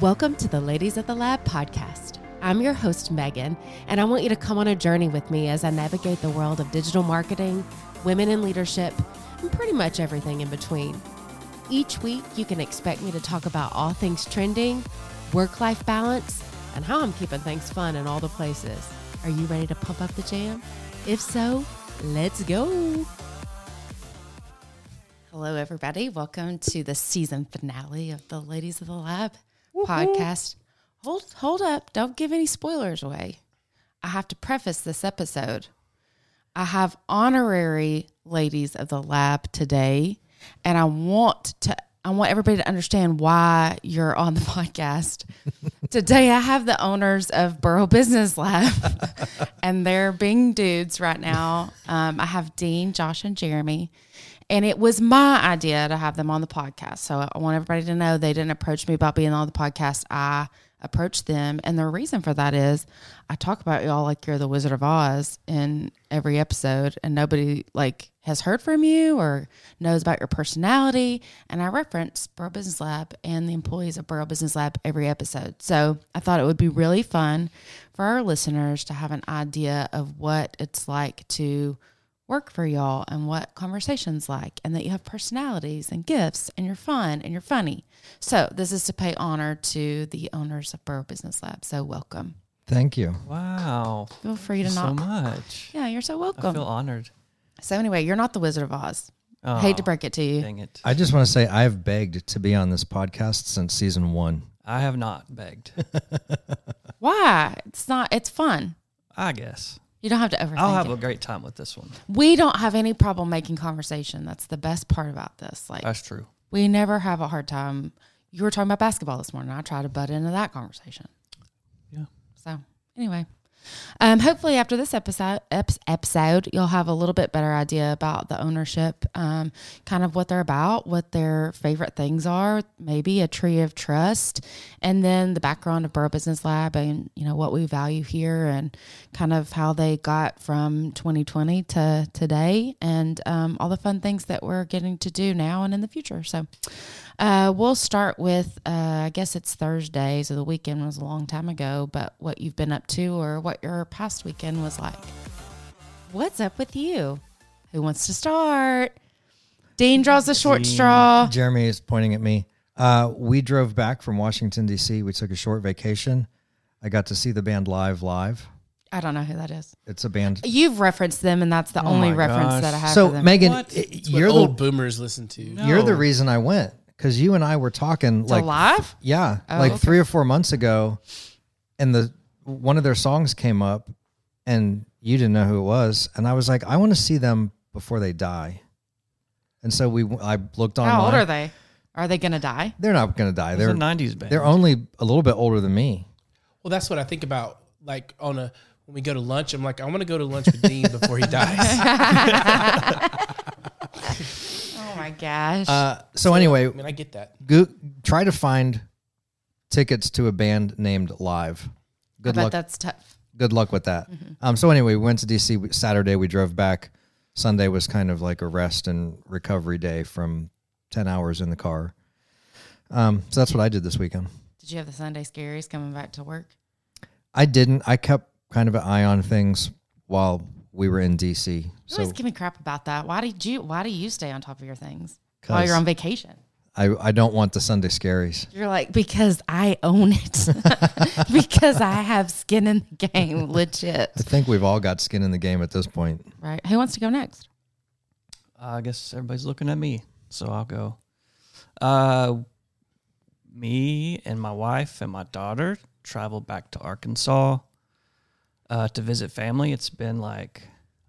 Welcome to the Ladies at the Lab podcast. I'm your host, Megan, and I want you to come on a journey with me as I navigate the world of digital marketing, women in leadership, and pretty much everything in between. Each week, you can expect me to talk about all things trending, work life balance, and how I'm keeping things fun in all the places. Are you ready to pump up the jam? If so, let's go. Hello, everybody. Welcome to the season finale of the Ladies of the Lab podcast. Hold hold up. Don't give any spoilers away. I have to preface this episode. I have honorary ladies of the lab today, and I want to I want everybody to understand why you're on the podcast. today I have the owners of Burrow Business Lab, and they're being dudes right now. Um, I have Dean, Josh, and Jeremy. And it was my idea to have them on the podcast. So I want everybody to know they didn't approach me about being on the podcast. I approached them. And the reason for that is I talk about y'all like you're the Wizard of Oz in every episode, and nobody like has heard from you or knows about your personality. And I reference Burrow Business Lab and the employees of Burrow Business Lab every episode. So I thought it would be really fun for our listeners to have an idea of what it's like to work for y'all and what conversations like and that you have personalities and gifts and you're fun and you're funny. So this is to pay honor to the owners of Burrow Business Lab. So welcome. Thank you. Wow. Feel free to Thank you so not much. Yeah, you're so I welcome. feel honored. so anyway, you're not the Wizard of Oz. Oh, Hate to break it to you. Dang it. I just want to say I've begged to be on this podcast since season one. I have not begged. Why? It's not it's fun. I guess. You don't have to overthink I'll have it. a great time with this one. we don't have any problem making conversation. That's the best part about this. Like That's true. we never have a hard time. You were talking about basketball this morning. I tried to butt into that conversation. Yeah. So anyway, um, hopefully after this episode, eps- episode, you'll have a little bit better idea about the ownership, um, kind of what they're about, what their favorite things are, maybe a tree of trust, and then the background of Burrow Business Lab and you know what we value here and kind of how they got from 2020 to today and um, all the fun things that we're getting to do now and in the future. So. Uh, we'll start with, uh, I guess it's Thursday, so the weekend was a long time ago, but what you've been up to or what your past weekend was like. What's up with you? Who wants to start? Dean draws the short straw. Jeremy is pointing at me. Uh, we drove back from Washington, D.C. We took a short vacation. I got to see the band live, live. I don't know who that is. It's a band. You've referenced them, and that's the only my reference gosh. that I have. So, for them. Megan, What? i- It's what you're the, old boomers listen to. you're the No. reason I went because you and I were talking like, alive? yeah, Oh, like okay. three or four months ago. And the one of their songs came up and you didn't know who it was. And I was like, I want to see them before they die. And so we, w- I looked online. How old are they? Are they going to die? They're not going to die. They're They're a 90s band. they're only a little bit older than me. Well, that's what I think about. Like on a when we go to lunch, I'm like, I want to go to lunch with Dean before he dies. Oh my gosh. Uh, so anyway, I mean, I get that. go, try to find tickets to a band named Live. I Good bet luck. that's tough. Good luck with that. Mm-hmm. Um, so anyway, we went to DC we- Saturday. We drove back. Sunday was kind of like a rest and recovery day from ten hours in the car. Um, so that's what I did this weekend. Did you have the Sunday scaries coming back to work? I didn't. I kept kind of an eye on things while we were in DC. You So always give me crap about that. Why did you? Why do you stay on top of your things while you're 'Cause- on vacation? I, I don't want the Sunday scaries. You're like because I own it, because I have skin in the game, legit. I think we've all got skin in the game at this point. Right? Who wants to go next? I guess everybody's looking at me, so I'll go. Uh, me and my wife and my daughter traveled back to Arkansas uh, to visit family. It's been like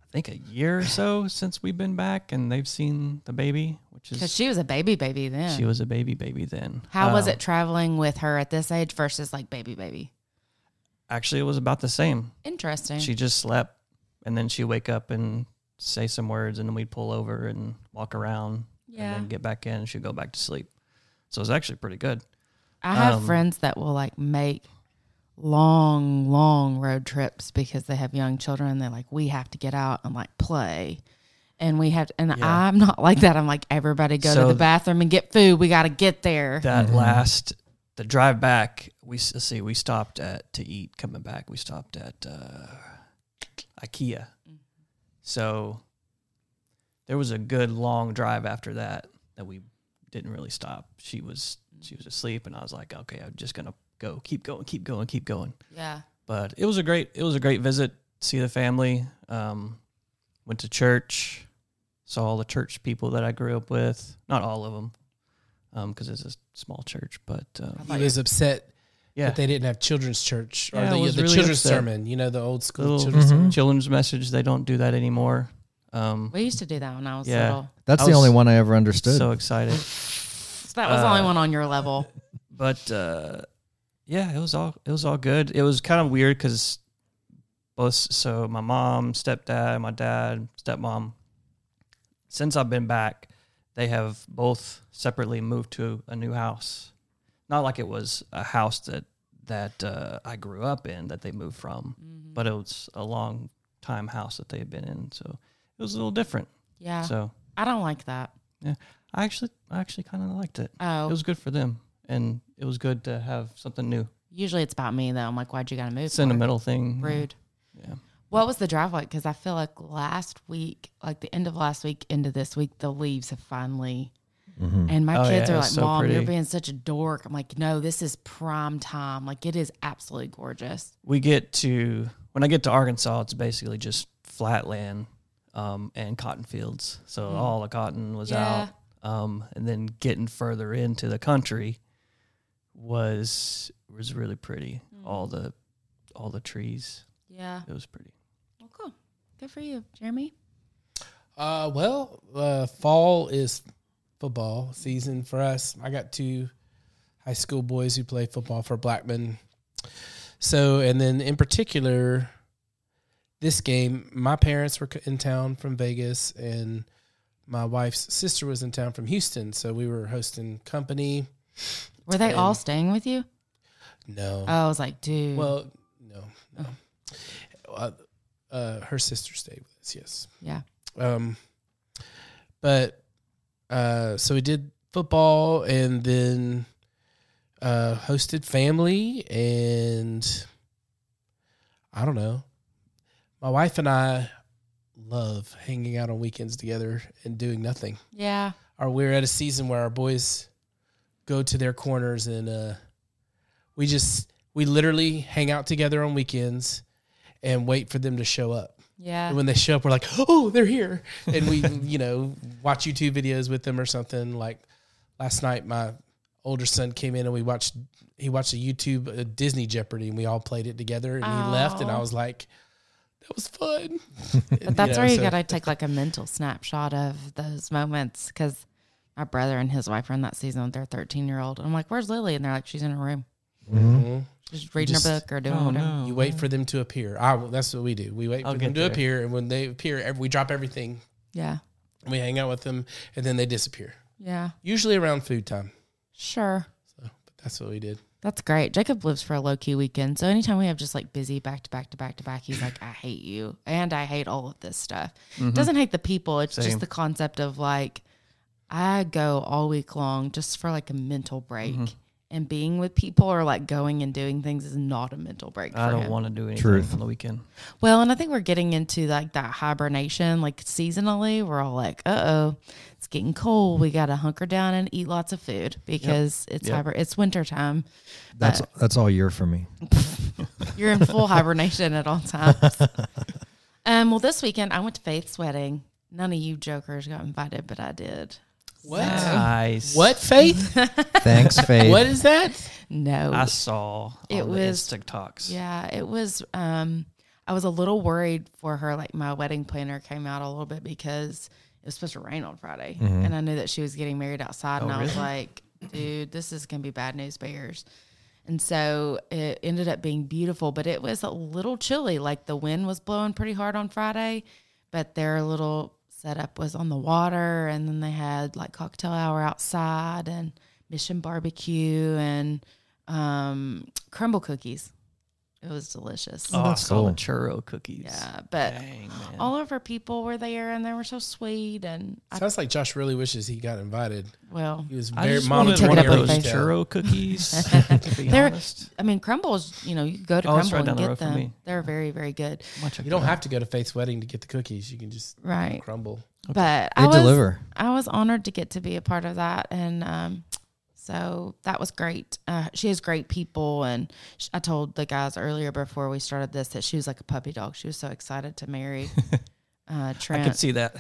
I think a year or so since we've been back, and they've seen the baby, which Because is she was a baby, baby then. she was a baby baby then. How was Um, it traveling with her at this age versus like baby, baby? Actually, it was about the same. Interesting. She just slept, and then she'd wake up and say some words, and then we'd pull over and walk around, Yeah. and then get back in, and she'd go back to sleep. So it was actually pretty good. I have um, friends that will like make long, long road trips because they have young children. They're like, we have to get out and like play. And we have, and Yeah. I'm not like that. I'm like, everybody go So to the th- bathroom and get food. We got to get there. That last the drive back, we s- let's see, we stopped at to eat. Coming back, we stopped at uh, IKEA. So there was a good long drive after that that we didn't really stop. She was she was asleep, and I was like, okay, I'm just gonna go, keep going, keep going, keep going. Yeah. But it was a great it was a great visit. See the family. Um, went to church. Saw all the church people that I grew up with. Not all of them, because it's a small church. But um, thought He was upset yeah, that they didn't have children's church or Yeah, I the, was the really children's upset. sermon. You know, the old school Little- Mm-hmm. children's sermon. children's message. They don't do that anymore. Um, We used to do that when I was Yeah. little. That's I the was only one I ever understood. so excited. So that was the only Uh, one on your level. but uh, yeah, it was all it was all good. It was kind of weird because both so my mom, stepdad, my dad, stepmom. Since I've been back, they have both separately moved to a new house. Not like it was a house that that uh, I grew up in that they moved from, Mm-hmm. but it was a long time house that they had been in, so it was a little different. Yeah. So I don't like that. I actually I actually kind of liked it. Oh, It was good for them, and it was good to have something new. usually it's about me though. I'm like, why'd you gotta move? for it? Sentimental thing. Rude. Mm. Yeah. What was the drive like? Because I feel like last week, like the end of last week into this week, the leaves have finally. Mm-hmm. And my Oh, kids yeah, are it like, was so "Mom, you're pretty." being such a dork." I'm like, "No, this is prime time. Like, it is absolutely gorgeous." We get to when I get to Arkansas, it's basically just flat land um, and cotton fields. So all the cotton was Hmm. Yeah. out, um, and then getting further into the country was was really pretty. Hmm. All the all the trees. Yeah. It was pretty. Well, cool. Good for you, Jeremy. Uh, well, uh, fall is football season for us. I got two high school boys who play football for Blackman. So, and then in particular, this game, my parents were in town from Vegas, and my wife's sister was in town from Houston. So we were hosting company. Were they all staying with you? No, Oh, I was like, dude. well, no, no. Uh, uh, her sister stayed with us. Yes. yeah. Um, but uh, so we did football and then uh, hosted family and I don't know. My wife and I love hanging out on weekends together and doing nothing. Yeah. Or we're at a season where our boys go to their corners and uh, we just we literally hang out together on weekends and wait for them to show up. Yeah. And when they show up, we're like, oh, they're here. And we, you know, watch YouTube videos with them or something. Like last night, my older son came in and we watched, he watched a YouTube uh, Disney Jeopardy and we all played it together and he left. And Aw. I was like, that was fun. But that's where you got to take like a mental snapshot of those moments because my brother and his wife are in that season with their 13 year old. I'm like, where's Lily? And they're like, she's in her room. Mm-hmm. She's reading just- her book or doing Oh, whatever. You wait for them to appear. I, that's what we do. We wait Mm-hmm. I'll for them get to there. appear. And when they appear, ev- we drop everything. Yeah. and We hang out with them and then they disappear. Yeah. Usually around food time. Sure. But that's what we did. That's great. Jacob lives for a low key weekend. So anytime we have just like busy back to back to back to back, he's like, I hate you. And I hate all of this stuff. Doesn't hate the people. It's Mm-hmm. Same. just the concept of like, I go all week long just for like a mental break. Mm-hmm. And being with people or like going and doing things is not a mental break for I don't him. want to do anything Truth. on the weekend. Well, and I think we're getting into like that hibernation, like seasonally. We're all like, uh oh, it's getting cold. We got to hunker down and eat lots of food because it's Yep. hiber- it's winter time. that's that's all year for me. You're in full hibernation at all times. um, well, this weekend I went to Faith's wedding. None of you jokers got invited, but I did. What? Nice. What, Faith? Thanks, Faith. what is that? No, I saw It on the was- Insta talks. Yeah, it was. Um, I was a little worried for her. Like my wedding planner came out a little bit because it was supposed to rain on Friday, and I knew that she was getting married outside, and I was like, "Dude, this is gonna be bad news bears." And so it ended up being beautiful, but it was a little chilly. Like the wind was blowing pretty hard on Friday, but their little setup was on the water, and then they had like cocktail hour outside and mission barbecue and um, crumble cookies. It It was delicious. Oh, that's I saw the cool. churro cookies. Yeah, but Dang, man. all of our people were there and they were so sweet. And I, Sounds like Josh really wishes he got invited. well, He was I very just mom wanted took one it of up with those faith. churro cookies. to be They're- honest, I mean, crumbles, you know, you could go to Oh, it's crumble right down and the get road from them. me. They're very, very good. Much You don't have to go to Faith's wedding to get the cookies. You can just Right. crumble. But They I was, deliver. I was honored to get to be a part of that, and um, so that was great. Uh, she has great people, and sh I told the guys earlier before we started this that she was like a puppy dog. She was so excited to marry uh, I Trent, could see that.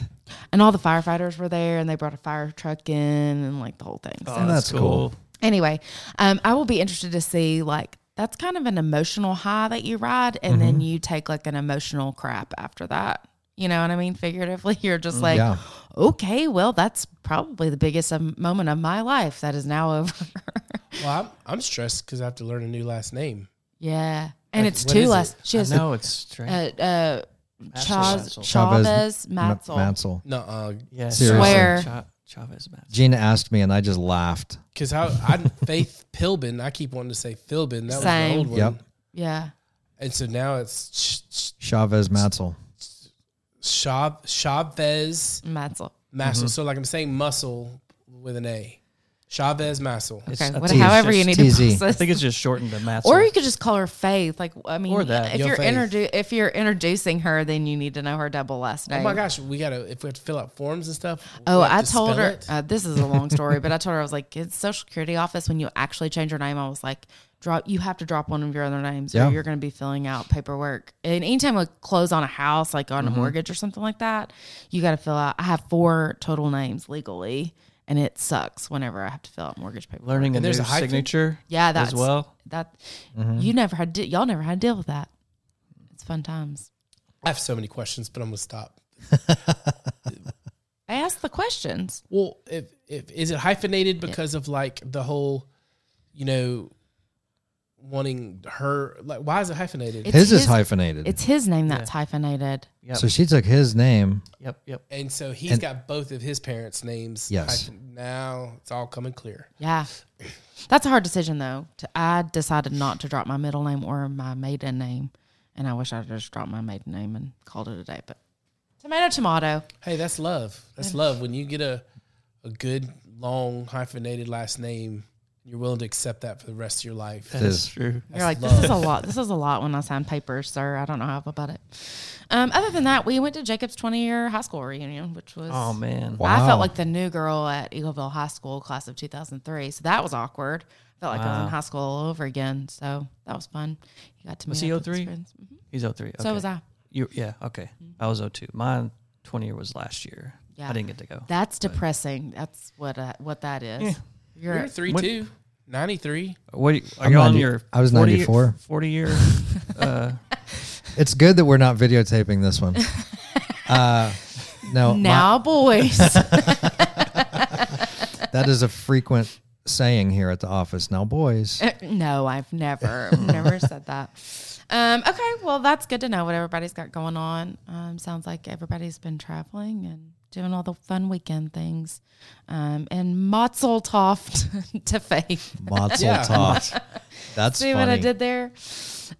and all the firefighters were there, and they brought a fire truck in, and like the whole thing. So Oh, that's cool. anyway, um, I will be interested to see like. That's kind of an emotional high that you ride, and then you take like an emotional crap after that. You know what I mean? Figuratively, you're just like, yeah. okay, well, that's probably the biggest um, moment of my life that is now over. Well, I'm, I'm stressed because I have to learn a new last name. yeah. And Like, it's what two is last. it? She has I uh, know it's strange. uh, Chaz, Matzel. Chavez M- Matzel. Matzel. No, uh, yeah, Seriously. Swear. Cha- Chavez Match. Gina asked me, and I just laughed. because how I Faith Pilbin. I keep wanting to say Philbin. That was Same. the old one. Yep. Yeah. And so now it's Ch- Chavez Matzel. Ch- Chav- Chavez Matzel. Massel. Mm-hmm. So like I'm saying muscle with an A. Chavez Massel. Okay. I What, think it's however you just- need TZ. to I I process. think it's just shortened to Matzel. Or you could just call her Faith. Like I mean, Or that. if Yo, you're Faith. introdu- if you're introducing her, then you need to know her double last name. Oh my gosh, we gotta if we have to fill out forms and stuff. Oh, we have I to told spell her it? uh, this is a long story, but I told her I was like, "It's Social Security office. When you actually change your name, I was like, drop. You have to drop one of your other names, Yeah. or you're going to be filling out paperwork. And anytime we close on a house, like on Mm-hmm. a mortgage or something like that, you got to fill out. I have four total names legally, and it sucks whenever I have to fill out mortgage paperwork. learning a And there's new a hyphen. signature. Yeah, that's as well. That you never had. To, y'all never had to deal with that. It's fun times. I have so many questions, but I'm gonna stop. I asked the questions. Well, if, if is it hyphenated because of like the whole, you know, wanting her like why is it hyphenated? It's His is his- hyphenated. It's his name that's hyphenated. Yep. So she took his name. yep. Yep. and so he's and- got both of his parents' names. Yes. hyphen- Now it's all coming clear. Yeah. That's a hard decision though. To, I decided not to drop my middle name or my maiden name. And I wish I would just dropped my maiden name and called it a day. But tomato tomato. Hey, that's love. That's love. When you get a a good long hyphenated last name, you're willing to accept that for the rest of your life. It is. True. You're like, this is a lot. This is a lot when I sign papers, sir. I don't know how about it. Um, other than that, we went to Jacob's 20 year high school reunion, which was Oh man. I Wow. felt like the new girl at Eagleville High School, class of 2003. So that was awkward. Felt like I was in high school all over again. So that was fun. You got to meet Was he up with his 03? friends. Mhm. He's 03. So okay. was I. Mm-hmm. You, yeah. Okay. I was 02. Mine 20 year was last year. Yeah. I didn't get to go. That's depressing. That's what uh, what that is. Yeah. You're, You're three What- two. Ninety three. What are you, are I'm you on 90 your? I was 40 94. 40 year. uh, It's good that we're not videotaping this one. uh, no, my- now, boys. that is a frequent saying here at the office. Now, boys, no, I've never, I've never said that. Um, okay, well, that's good to know what everybody's got going on. Um, sounds like everybody's been traveling and doing all the fun weekend things. Um, and matzel toft to faith. Matzel Yeah. Tov. That's See funny. what I did there?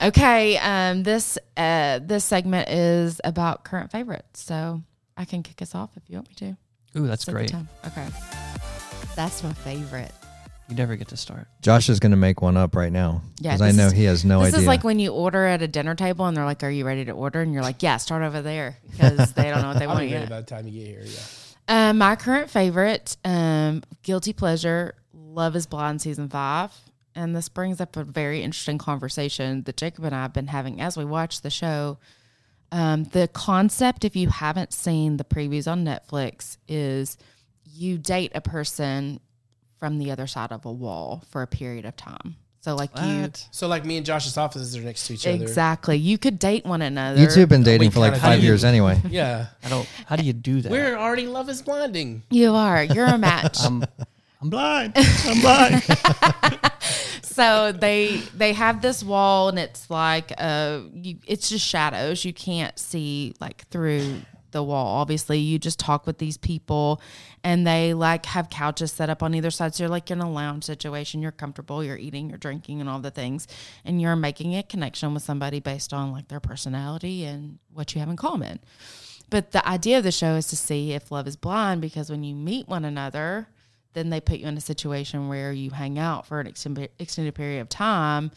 Okay, um, this uh, this segment is about current favorites, so I can kick us off if you want me to. ooh, that's It's a good great. time. Okay, that's my favorite. You never get to start. Josh is going to make one up right now Yeah, because I this know is- he has no this idea. is like when you order at a dinner table and they're like, "Are you ready to order?" And you're like, "Yeah, start over there," because they don't know Oh, what they I'll want be ready yet. by the time you get here. Yeah. Um, my current favorite, um, guilty pleasure, Love Is Blind season five, and this brings up a very interesting conversation that Jacob and I have been having as we watch the show. Um, the concept, if you haven't seen the previews on Netflix, is you date a person from the other side of a wall for a period of time. So, like you. What? So like me and Josh's offices are next to each other. Exactly. You could date one another. you two have been dating We for like kinda five do. years anyway. Yeah. I don't. How do you do that? We're already love is blinding. You are. You're a match. I'm, I'm blind. I'm blind. so they they have this wall, and it's like uh, you, it's just shadows. You can't see like through the wall. Obviously, you just talk with these people and they like have couches set up on either side. So you're like in a lounge situation. You're comfortable, you're eating, you're drinking, and all the things. And you're making a connection with somebody based on like their personality and what you have in common. But the idea of the show is to see if love is blind because when you meet one another, then they put you in a situation where you hang out for an extended extended period of time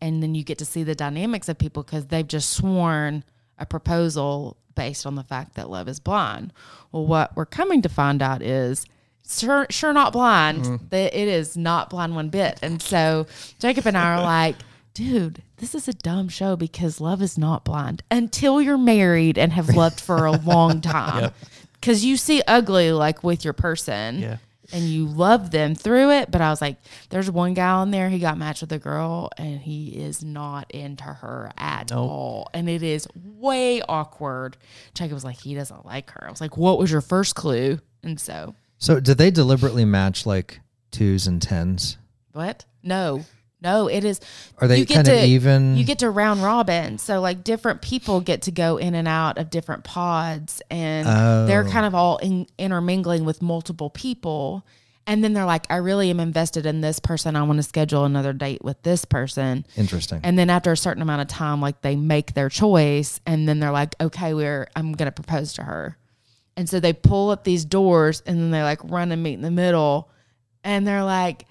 and then you get to see the dynamics of people because they've just sworn a proposal based on the fact that love is blind. Well, what we're coming to find out is sure, sure not blind. That it is not blind one bit. And so Jacob and I are like, dude, this is a dumb show because love is not blind until you're married and have loved for a long time. Because you see ugly like with your person Yeah. and you love them through it. But I was like, there's one guy on there, he got matched with a girl and he is not into her at all. And it is way awkward. Jacob was like, he doesn't like her. I was like, what was your first clue? And so, So did they deliberately match like twos and tens? what? No. No, it is. Are they you get kind of to- even? You get to round robin. So like different people get to go in and out of different pods and they're Oh. kind of all in, intermingling with multiple people. And then they're like, I really am invested in this person. I want to schedule another date with this person. Interesting. And then after a certain amount of time, like they make their choice and then they're like, okay, we're, I'm going to propose to her. And so they pull up these doors and then they like run and meet in the middle and they're like,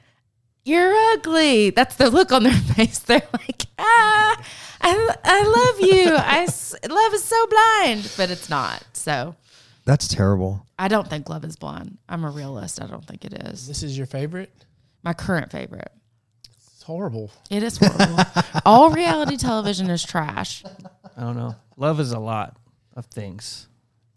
you're ugly. That's the look on their face. They're like, ah, I, I love you. I s- love is so blind, but it's not. So That's terrible. I don't think love is blind. I'm a realist. I don't think it is. This is your favorite? My current favorite. It's horrible. It is horrible. All reality television is trash. I don't know. Love is a lot of things.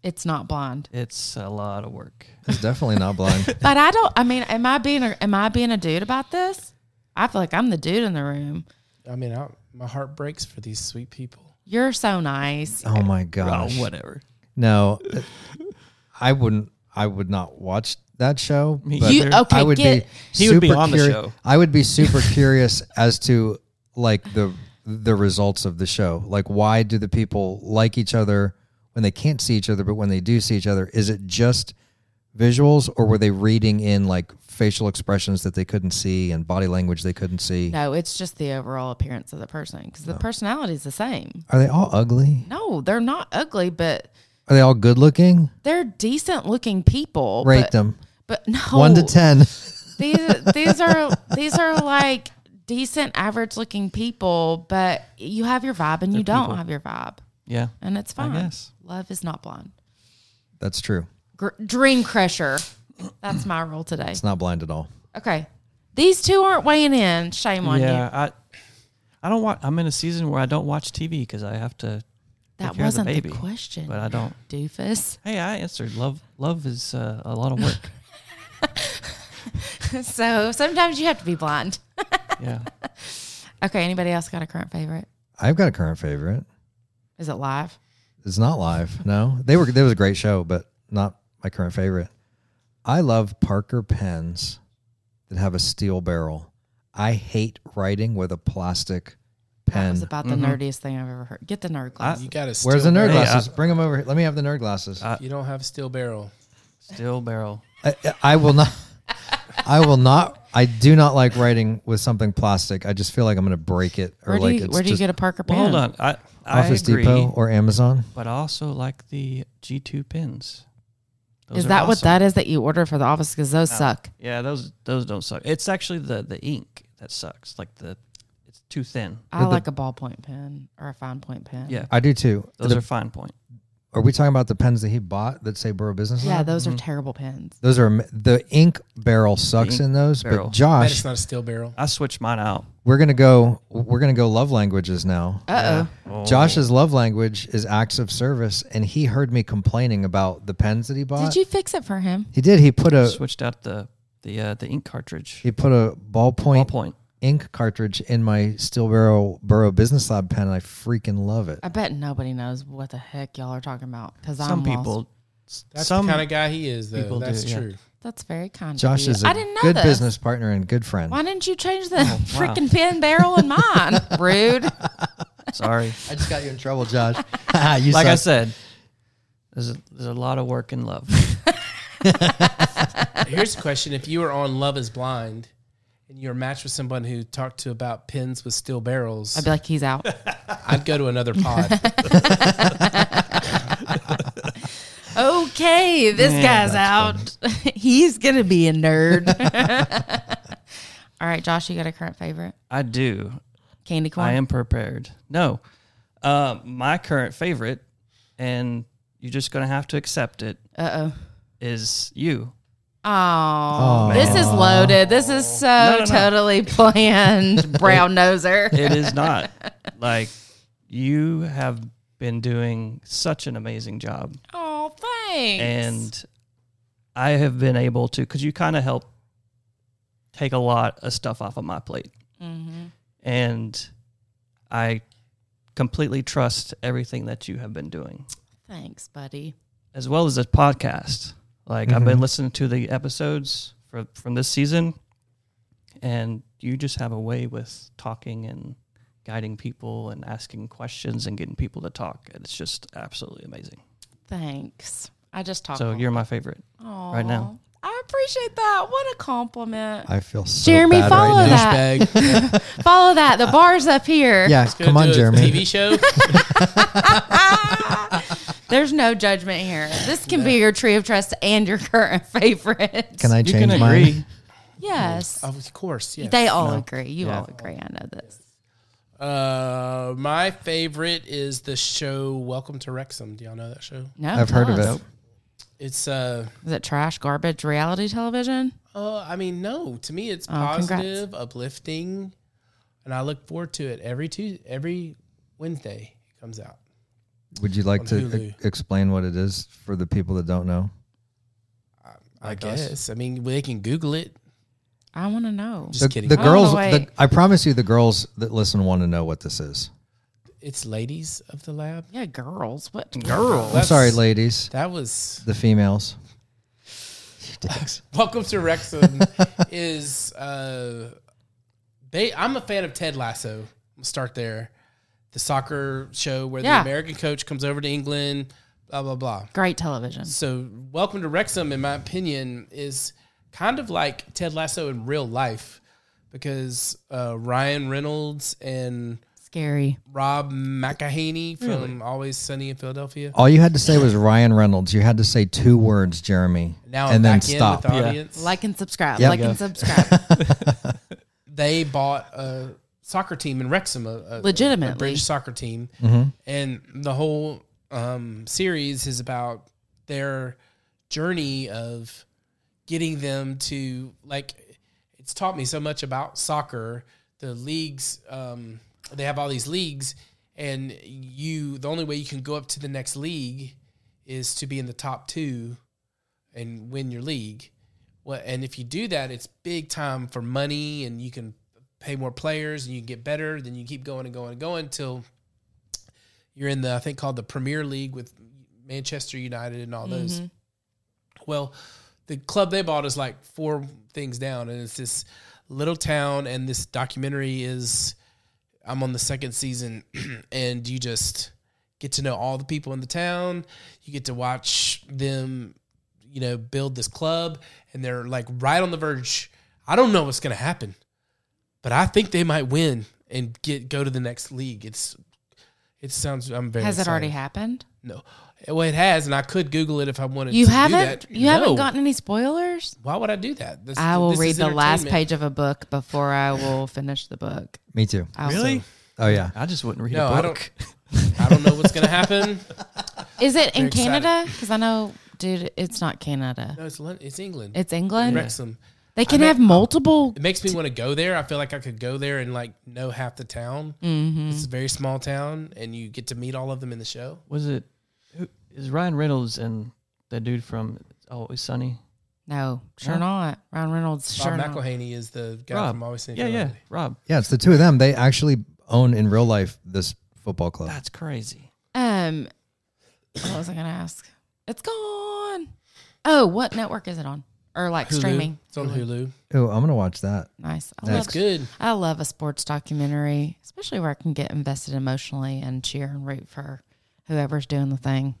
It's not blind. It's a lot of work. It's definitely not blind. But I don't. I mean, am I being a, am I being a dude about this? I feel like I'm the dude in the room. I mean, I, my heart breaks for these sweet people. You're so nice. Oh my gosh. Oh, whatever. No, I wouldn't. I would not watch that show. Me but You there- okay? I would get be. He would be super on the curi- show. I would be super curious as to like the the results of the show. Like, why do the people like each other when they can't see each other, but when they do see each other, is it just visuals, or were they reading in like facial expressions that they couldn't see and body language they couldn't see? no. It's just the overall appearance of the person because the personality is the same. Are they all ugly? No, they're not ugly, but Are they all good looking? they're decent looking people. Rate but, them But no, one to ten. These these are these are like decent average looking people, but you have your vibe and you don't people. have your vibe, Yeah. and it's fine. guess. Love is not blind. That's true. Gr- dream crusher. That's my rule today. It's not blind at all. Okay. These two aren't weighing in. Shame on you. yeah. I I don't watch. I'm in a season where I don't watch TV because I have to. That take care of wasn't the, the, baby, question. But I don't. Doofus. Hey, I answered. Love. Love is uh, a lot of work. so sometimes you have to be blind. yeah. Okay. Anybody else got a current favorite? I've got a current favorite. Is it live? It's not live. No, they were. There was a great show, but not my current favorite. I love Parker pens that have a steel barrel. I hate writing with a plastic That was pen. about the Mm-hmm. nerdiest thing I've ever heard. Get the nerd glasses. You got to Where's the nerd Hey, glasses? Bring them over here. Let me have the nerd glasses. I- I, You don't have a steel barrel. Still barrel. I, I will not. I will not. I do not like writing with something plastic. I just feel like I'm going to break it or where do like you it's Where do you just get a Parker pen? Well, hold on. I I Office agree, Depot or Amazon. but I also like the G2 pins. Those Is are that what awesome. that is that you order for the office? Because those No. suck. Yeah, those those don't suck. It's actually the the ink that sucks. Like the it's too thin. I Did the- like a ballpoint pen or a fine point pen. Yeah. I do too. Those The- are fine point. are we talking about the pens that he bought that say Borough Business? on Yeah, them? those Mm-hmm. are terrible pens. Those are am- the ink barrel sucks ink in those, barrel. but That is Josh, not a steel barrel. I switched mine out. we're gonna go. We're gonna go love languages now. Uh oh. Josh's love language is acts of service, and he heard me complaining about the pens that he bought. Did you fix it for him? He did. He put a switched out the the uh, the ink cartridge. he put a ballpoint One point. ink cartridge in my steel barrel Burrow Business Lab pen, and I freaking love it. I bet nobody knows what the heck y'all are talking about because Some I'm lost. people. That's some the kind of guy he is, though. people do, That's yeah. true. That's very kind. Josh of is you. I a didn't know good this. business partner and good friend. Why didn't you change the Oh, wow. freaking pen barrel in mine? Rude. sorry. I just got you in trouble, Josh. you like I suck. said, There's a, there's a lot of work and love. Here's a question: If you were on Love Is Blind and you're matched with someone who talked to about pins with steel barrels, I'd be like, he's out. I'd go to another pod. okay, this guy's out. he's going to be a nerd. All right, Josh, you got a current favorite? I do. Candy corn? I am prepared. No, uh, my current favorite, and you're just gonna have to accept it, Uh-oh. is you. Oh, this is loaded. This is so no. totally planned, brown noser. It is not like you have been doing such an amazing job, Oh, thanks. and I have been able to because you kind of help take a lot of stuff off of my plate, and I completely trust everything that you have been doing. thanks, buddy. as well as a podcast. Like I've been listening to the episodes for, from this season, and you just have a way with talking and guiding people and asking questions and getting people to talk. And it's just absolutely amazing. Thanks. I just talked. So you're my favorite. right now. I appreciate that. What a compliment. I feel so Jeremy, bad follow right now. that. Douchebag. Follow that. The bar's up here. Yeah, come on, Do a Jeremy. TV show. There's no judgment here. This can be your tree of trust and your current favorite. Can I You change can mine? agree. Yes. of course, Oh, yes. They all agree. You Yeah. all agree. I know this. Uh, my favorite is the show Welcome to Wrexham. Do y'all know that show? No, I've tell heard of us. it. It's uh, Is it trash, garbage, reality television? uh I mean, no. To me, Oh, it's congrats. positive, uplifting, and I look forward to it every Tuesday, every Wednesday it comes out. Would you like On to Hulu. e- explain what it is for the people that don't know? I Like us. guess. I mean, they can Google it. I want to know. Just the, kidding. The I wanna girls, the, wait. I promise you, the girls that listen want to know what this is. It's Ladies of the Lab. Yeah, girls. What? Girl, I'm sorry, ladies, That was the females. Welcome to Wrexham is uh they I'm a fan of Ted Lasso. I'll start there. The soccer show where Yeah. the American coach comes over to England, blah blah blah. Great television. So Welcome to Wrexham, in my opinion, is kind of like Ted Lasso in real life because uh, Ryan Reynolds and Scary. Rob McElhaney from Always Sunny in Philadelphia. All you had to say was Ryan Reynolds. You had to say two words, Jeremy, Now I'm and then back stop. in with the Yeah. audience. Like and subscribe. Yep. Like and subscribe. they bought a soccer team in Wrexham, a, a- Legitimately. a British soccer team, and the whole um, series is about their journey of getting them to like. It's taught me so much about soccer. The leagues, um, they have all these leagues, and you the only way you can go up to the next league is to be in the top two and win your league. Well, and if you do that, it's big time for money, and you can pay more players, and you get better. Then you keep going and going and going until you're in the I think called the Premier League with Manchester United and all those. Well, the club they bought is like four things down, and it's this little town. And this documentary is I'm on the second season, and you just get to know all the people in the town. You get to watch them you know, build this club and they're like right on the verge. I don't know what's going to happen, but I think they might win and get go to the next league. It's it sounds I'm very Has it already excited. happened? No. Well, it has and I could google it if I wanted You to haven't. do that. You No. haven't gotten any spoilers. Why would I do that? This- I will this read is the last entertainment. page of a book before I will finish the book. Me too. I'll- Oh yeah, I just wouldn't read No, a I book. don't I don't know what's going to happen. Is it in Very excited. Canada? Because I know, dude, it's not Canada. No, it's Lon- it's England. It's England. Wrexham. They can mean- um, have multiple. It makes me want to go there. I feel like I could go there and like know half the town. Mm-hmm. It's a very small town, and you get to meet all of them in the show. Was it? Who, is Ryan Reynolds and that dude from It's Always Sunny? No, sure No? not. Ryan Reynolds, sure Bob not. McElhaney is the guy Rob. from Always Sunny. in Yeah, yeah, Philadelphia. Rob. yeah. It's the two of them. They actually own in real life this football club. That's crazy. Um, what was I gonna ask? It's gone. Oh, what network is it on? Or like streaming? It's on Hulu. Oh, I'm gonna watch that. Nice. I That's love, good. I love a sports documentary, especially where I can get invested emotionally and cheer and root for whoever's doing the thing.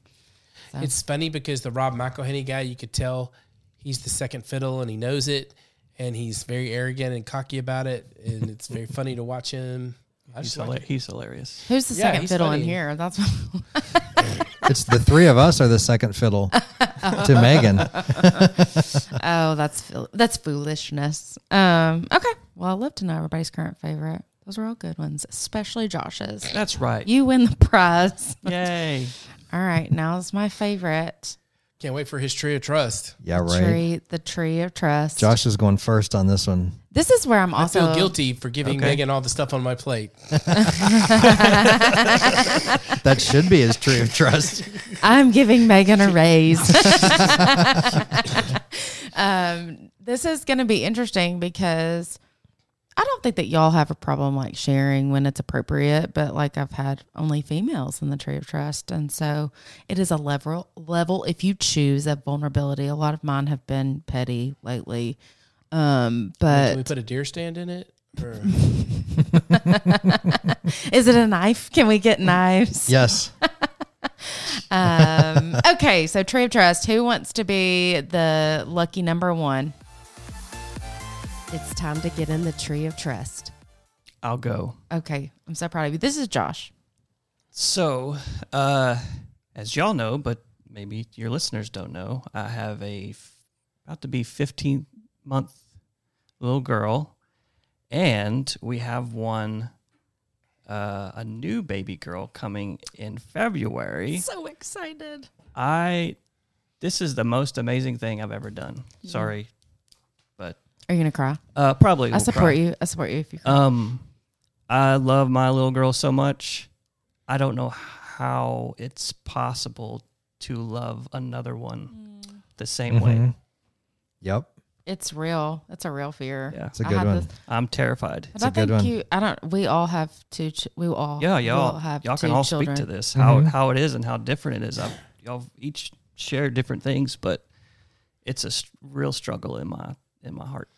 So- It's funny because the Rob McElhenney guy, you could tell he's the second fiddle and he knows it, and he's very arrogant and cocky about it, and it's very funny to watch him. I He's, just like hila- he's hilarious. Who's the Yeah, second he's fiddle funny. in here? That's It's the three of us are the second fiddle to Megan. oh, that's fool- that's foolishness. Um, okay. Well, I love to know everybody's current favorite. Those are all good ones, especially Josh's. That's right. You win the prize. Yay. All right, now is my favorite can't wait for his tree of trust. Yeah, right. tree, the tree of trust. Josh is going first on this one. This is where I'm I also feel guilty for giving Okay. Megan all the stuff on my plate. That should be his tree of trust. I'm giving Megan a raise. um, this is going to be interesting because I don't think that y'all have a problem like sharing when it's appropriate, but like I've had only females in the tree of trust, and so it is a level level if you choose a vulnerability. A lot of mine have been petty lately, um, Can we but put a deer stand in it? Or- is it a knife? Can we get knives? Yes. Um, okay, so Tree of Trust, who wants to be the lucky number one? It's time to get in the tree of trust. I'll go. Okay, I'm so proud of you. This is Josh. So, uh, as y'all know, but maybe your listeners don't know, I have a f- about to be 15 month little girl, and we have one, uh, a new baby girl coming in February. So excited. I, this is the most amazing thing I've ever done. Sorry, but Are you gonna cry? uh, probably I will support cry. you. I support you if you cry. Um, I love my little girl so much. I don't know how it's possible to love another one the same way. Mhm. Yep. Mm, it's real. It's a real fear. Yeah, It's a I good had one. this- I'm terrified. but It's a I good think one. you. I don't. We all have two. Ch- we all. Yeah, we y'all, all have y'all can two all children. speak to this how Mhm. how it is and how different it is. I've, y'all each share different things, but it's a s- real struggle in my in my heart.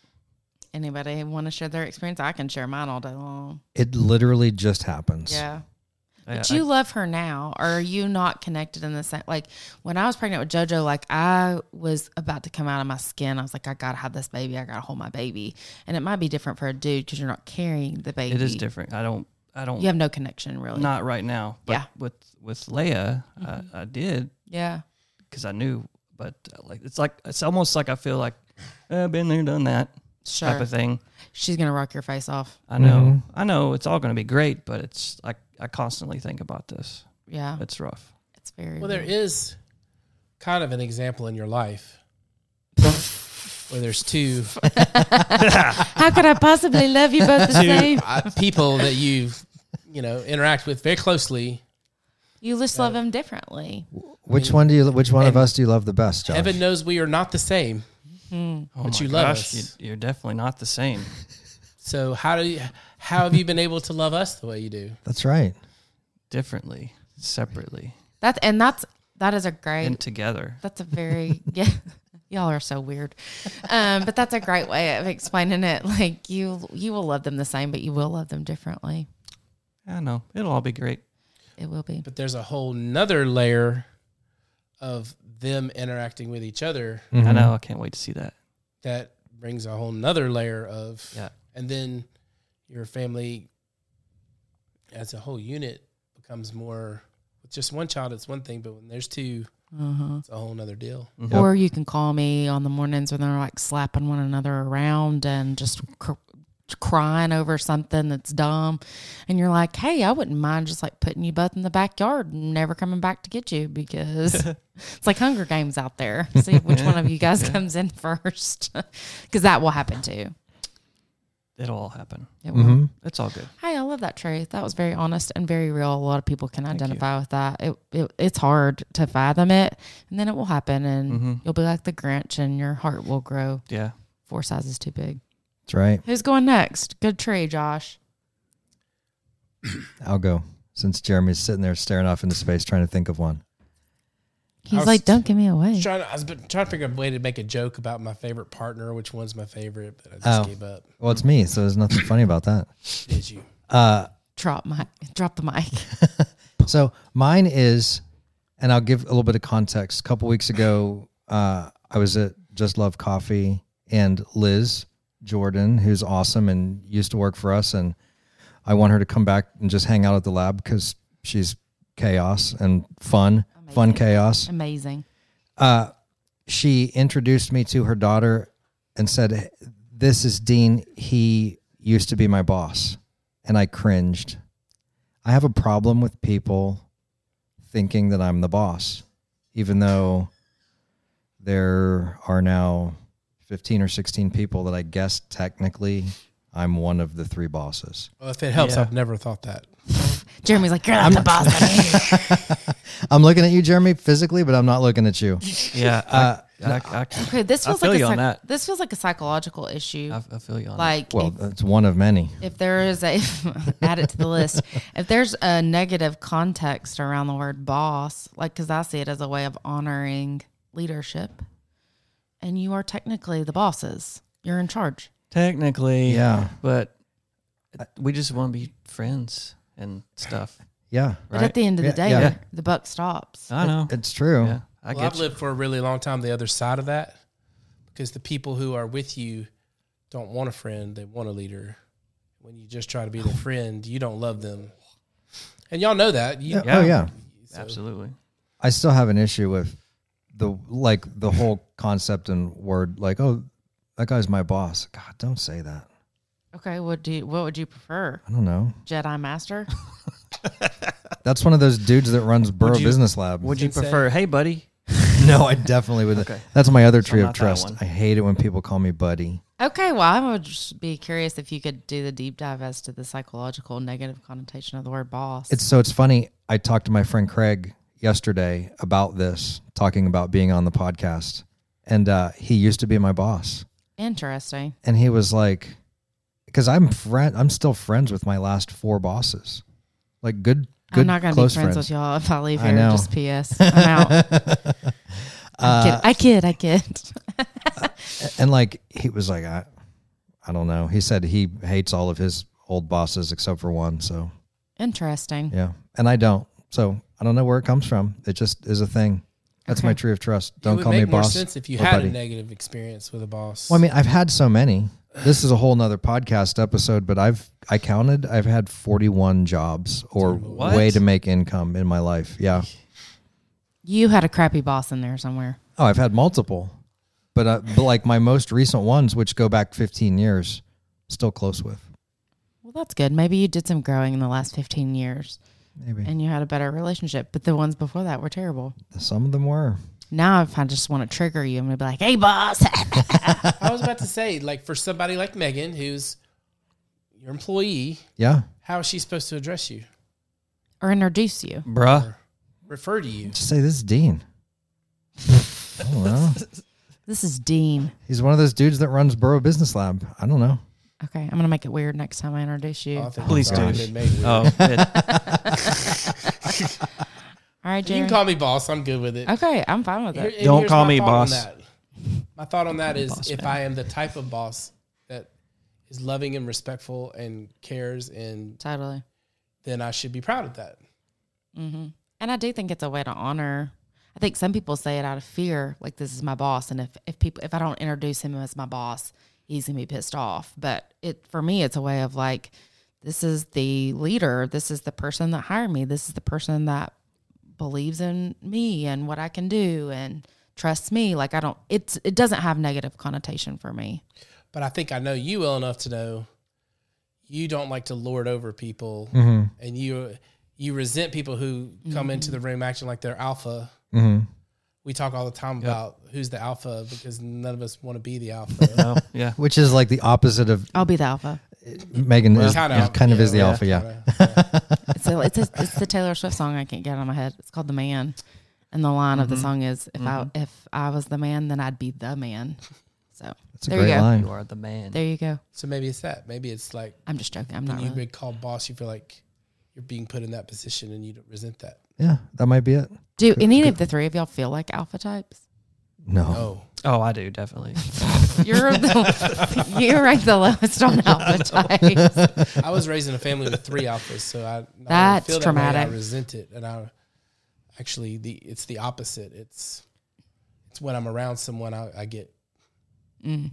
Anybody want to share their experience? I can share mine all day long. It literally just happens. Yeah. I- But I- you love her now, or are you not connected in the same? Like when I was pregnant with JoJo, like I was about to come out of my skin. I was like, I gotta have this baby. I gotta hold my baby. And it might be different for a dude because you're not carrying the baby. it is different. I don't. I don't. You have no connection, really. Not right now. But Yeah. Mm-hmm. With with Leia, I, I did yeah. because I knew, but uh, like it's like it's almost like I feel like eh, been there, done that type Sure. of thing. She's gonna rock your face off. I know, I know it's all going to be great, but it's like I constantly think about this. Oh. Yeah. It's rough. It's very. well, there real. is kind of an example in your life where there's two How could I possibly love you both the same? uh, people that you you know interact with very closely. You just love them differently. Which one do you? Which one of us do you love the best, Josh? Heaven knows we are not the same. Oh But my you love gosh, us. You, you're definitely not the same. So how do you, how have you been able to love us the way you do? That's right. Differently, separately, That's and that's that is a great and together. That's a very yeah. Y'all are so weird, um, but that's a great way of explaining it. Like you, you will love them the same, but you will love them differently. I know it'll all be great. It will be. But there's a whole nother layer of them interacting with each other Mm-hmm. I know. I can't wait to see that. that brings a whole nother layer of Yeah. and then your family as a whole unit becomes more with just one child it's one thing but when there's two Uh-huh. it's a whole nother deal Yep. Or you can call me on the mornings when they're like slapping one another around and just cr- crying over something that's dumb, and you're like, "Hey, I wouldn't mind just like putting you both in the backyard and never coming back to get you because it's like Hunger Games out there. See which one of you guys comes in first, because that will happen too." It'll all happen. It will. hmm It's all good. Hey, I love that truth. That was very honest and very real. A lot of people can you. identify with that. It, it it's hard to fathom it, and then it will happen, and Mhm. you'll be like the Grinch, and your heart will grow Yeah. four sizes too big. That's right. Who's going next? Good tree, Josh. I'll go since Jeremy's sitting there staring off into space trying to think of one. He's was- like, don't give me I away. was, trying to, I was been trying to figure out a way to make a joke about my favorite partner which one's my favorite but i just Oh. gave up Well, it's me, so there's nothing funny about that. did you Uh, Drop my drop the mic. so mine is and I'll give a little bit of context. A couple weeks ago, uh, I was at Just Love Coffee, and Liz Jordan, who's awesome and used to work for us, and I want her to come back and just hang out at the lab because she's chaos and fun, fun Amazing. chaos. Amazing. Uh, she introduced me to her daughter and said, "This is Dean. He used to be my boss," and I cringed. I have a problem with people thinking that I'm the boss, even though there are now 15 or 16 people that I guess technically I'm one of the three bosses. Well, if it helps, Yeah. I've never thought that. Jeremy's like, you're not the boss. honey." I'm looking at you, Jeremy, physically, but I'm not looking at you. Yeah. I, Uh, I, I, I, Okay, this I feels feel like you a on psych- that. this feels like a psychological issue. I feel you on that. like Well, if, that's one of many. if there is a add it to the list. If there's a negative context around the word boss, like because I see it as a way of honoring leadership, and you are technically the bosses. You're in charge. Technically, Yeah. but we just want to be friends and stuff. Yeah. But Right. at the end of the Yeah, day, yeah. the buck stops. I know. It's true. yeah, I well, get I've you. lived for a really long time the other side of that because the people who are with you don't want a friend, they want a leader. When you just try to be the friend, you don't love them. And y'all know that. You, Yeah. Oh, yeah. so- Absolutely. I still have an issue with the like the whole concept and word like oh that guy's my boss. God, don't say that. Okay, what do you, what would you prefer, I don't know. Jedi Master? That's one of those dudes that runs Burrow you- Business Lab. Would you Sensei. prefer, hey, buddy? no, I definitely would. Okay. That's my other So tree of not that trust. one. I hate it when people call me buddy. Okay, well, I would just be curious if you could do the deep dive as to the psychological negative connotation of the word boss. It's so it's funny. I talked to my friend Craig yesterday about this, talking about being on the podcast, and uh, he used to be my boss. interesting. and he was like because i'm friend i'm still friends with my last four bosses like good good I'm not gonna be close friends, with y'all if I leave I here. know. Just P.S. I'm out. Uh, I kid. I kid. I kid. and like he was like i i don't know he said he hates all of his old bosses except for one so Interesting. yeah and i don't so i don't know where it comes from it just is a thing that's my Okay. tree of trust It don't would call me make more boss sense if you or had buddy. a negative experience with a boss. well i mean i've had so many this is a whole nother podcast episode but i've i counted i've had 41 jobs or What? way to make income in my life yeah You had a crappy boss in there somewhere. Oh, I've had multiple, but, uh, but like my most recent ones, which go back 15 years, still close with Well, that's good. Maybe you did some growing in the last 15 years maybe. and you had a better relationship, but the ones before that were terrible. Some of them were. Now, if I just want to trigger you, I'm going to be like, hey, boss. I was about to say, like, for somebody like Megan, who's your employee, Yeah. how is she supposed to address you, or introduce you. Bruh. refer to you? Just say this is Dean. I don't know. This is Dean. He's one of those dudes that runs Burrow Business Lab. I don't know. Okay. I'm going to make it weird next time I introduce you. Oh, I All think Please it's already do. been made weird. Oh, it- right, Jerry. You can call me boss. I'm good with it. okay. I'm fine with Here- it. and Don't here's call my me thought on boss. that. My thought on that is boss if man. I am the type of boss that is loving and respectful and cares, and Totally. then I should be proud of that. And I do think it's a way to honor. I think some people say it out of fear, like this is my boss, and if if people if I don't introduce him as my boss, he's gonna be pissed off. But it for me, it's a way of like, this is the leader, this is the person that hired me, this is the person that believes in me and what I can do and trusts me. Like I don't, it's it doesn't have negative connotation for me. But I think I know you well enough to know you don't like to lord over people, Mm-hmm. and you you resent people who come into the room acting like they're alpha. Mhm. We talk all the time about who's the alpha because none of us want to be the alpha. no, oh, yeah. Which is like the opposite of I'll be the alpha. Megan is Kinda. yeah, kind of is the Yeah. alpha. Yeah. Kinda. It's a, it's a, it's the Taylor Swift song I can't get out of my head. It's called The Man, and the line of the song is if I if I was the man, then I'd be the man. So That's a there great you go. line. You are the man. There you go. so maybe it's that. Maybe it's like I'm just joking. I'm when not you've really. been called boss, you feel like you're being put in that position and you don't resent that. Yeah. That might be it. Do any of the three of y'all feel like alpha types? No. Oh, Oh, I do, definitely. You're the, you're like the lowest on alpha types. I was raised in a family with three alphas, so I not only That's feel that way, I traumatic. resent it, and I actually the it's the opposite. It's it's when I'm around someone I, I get Mm.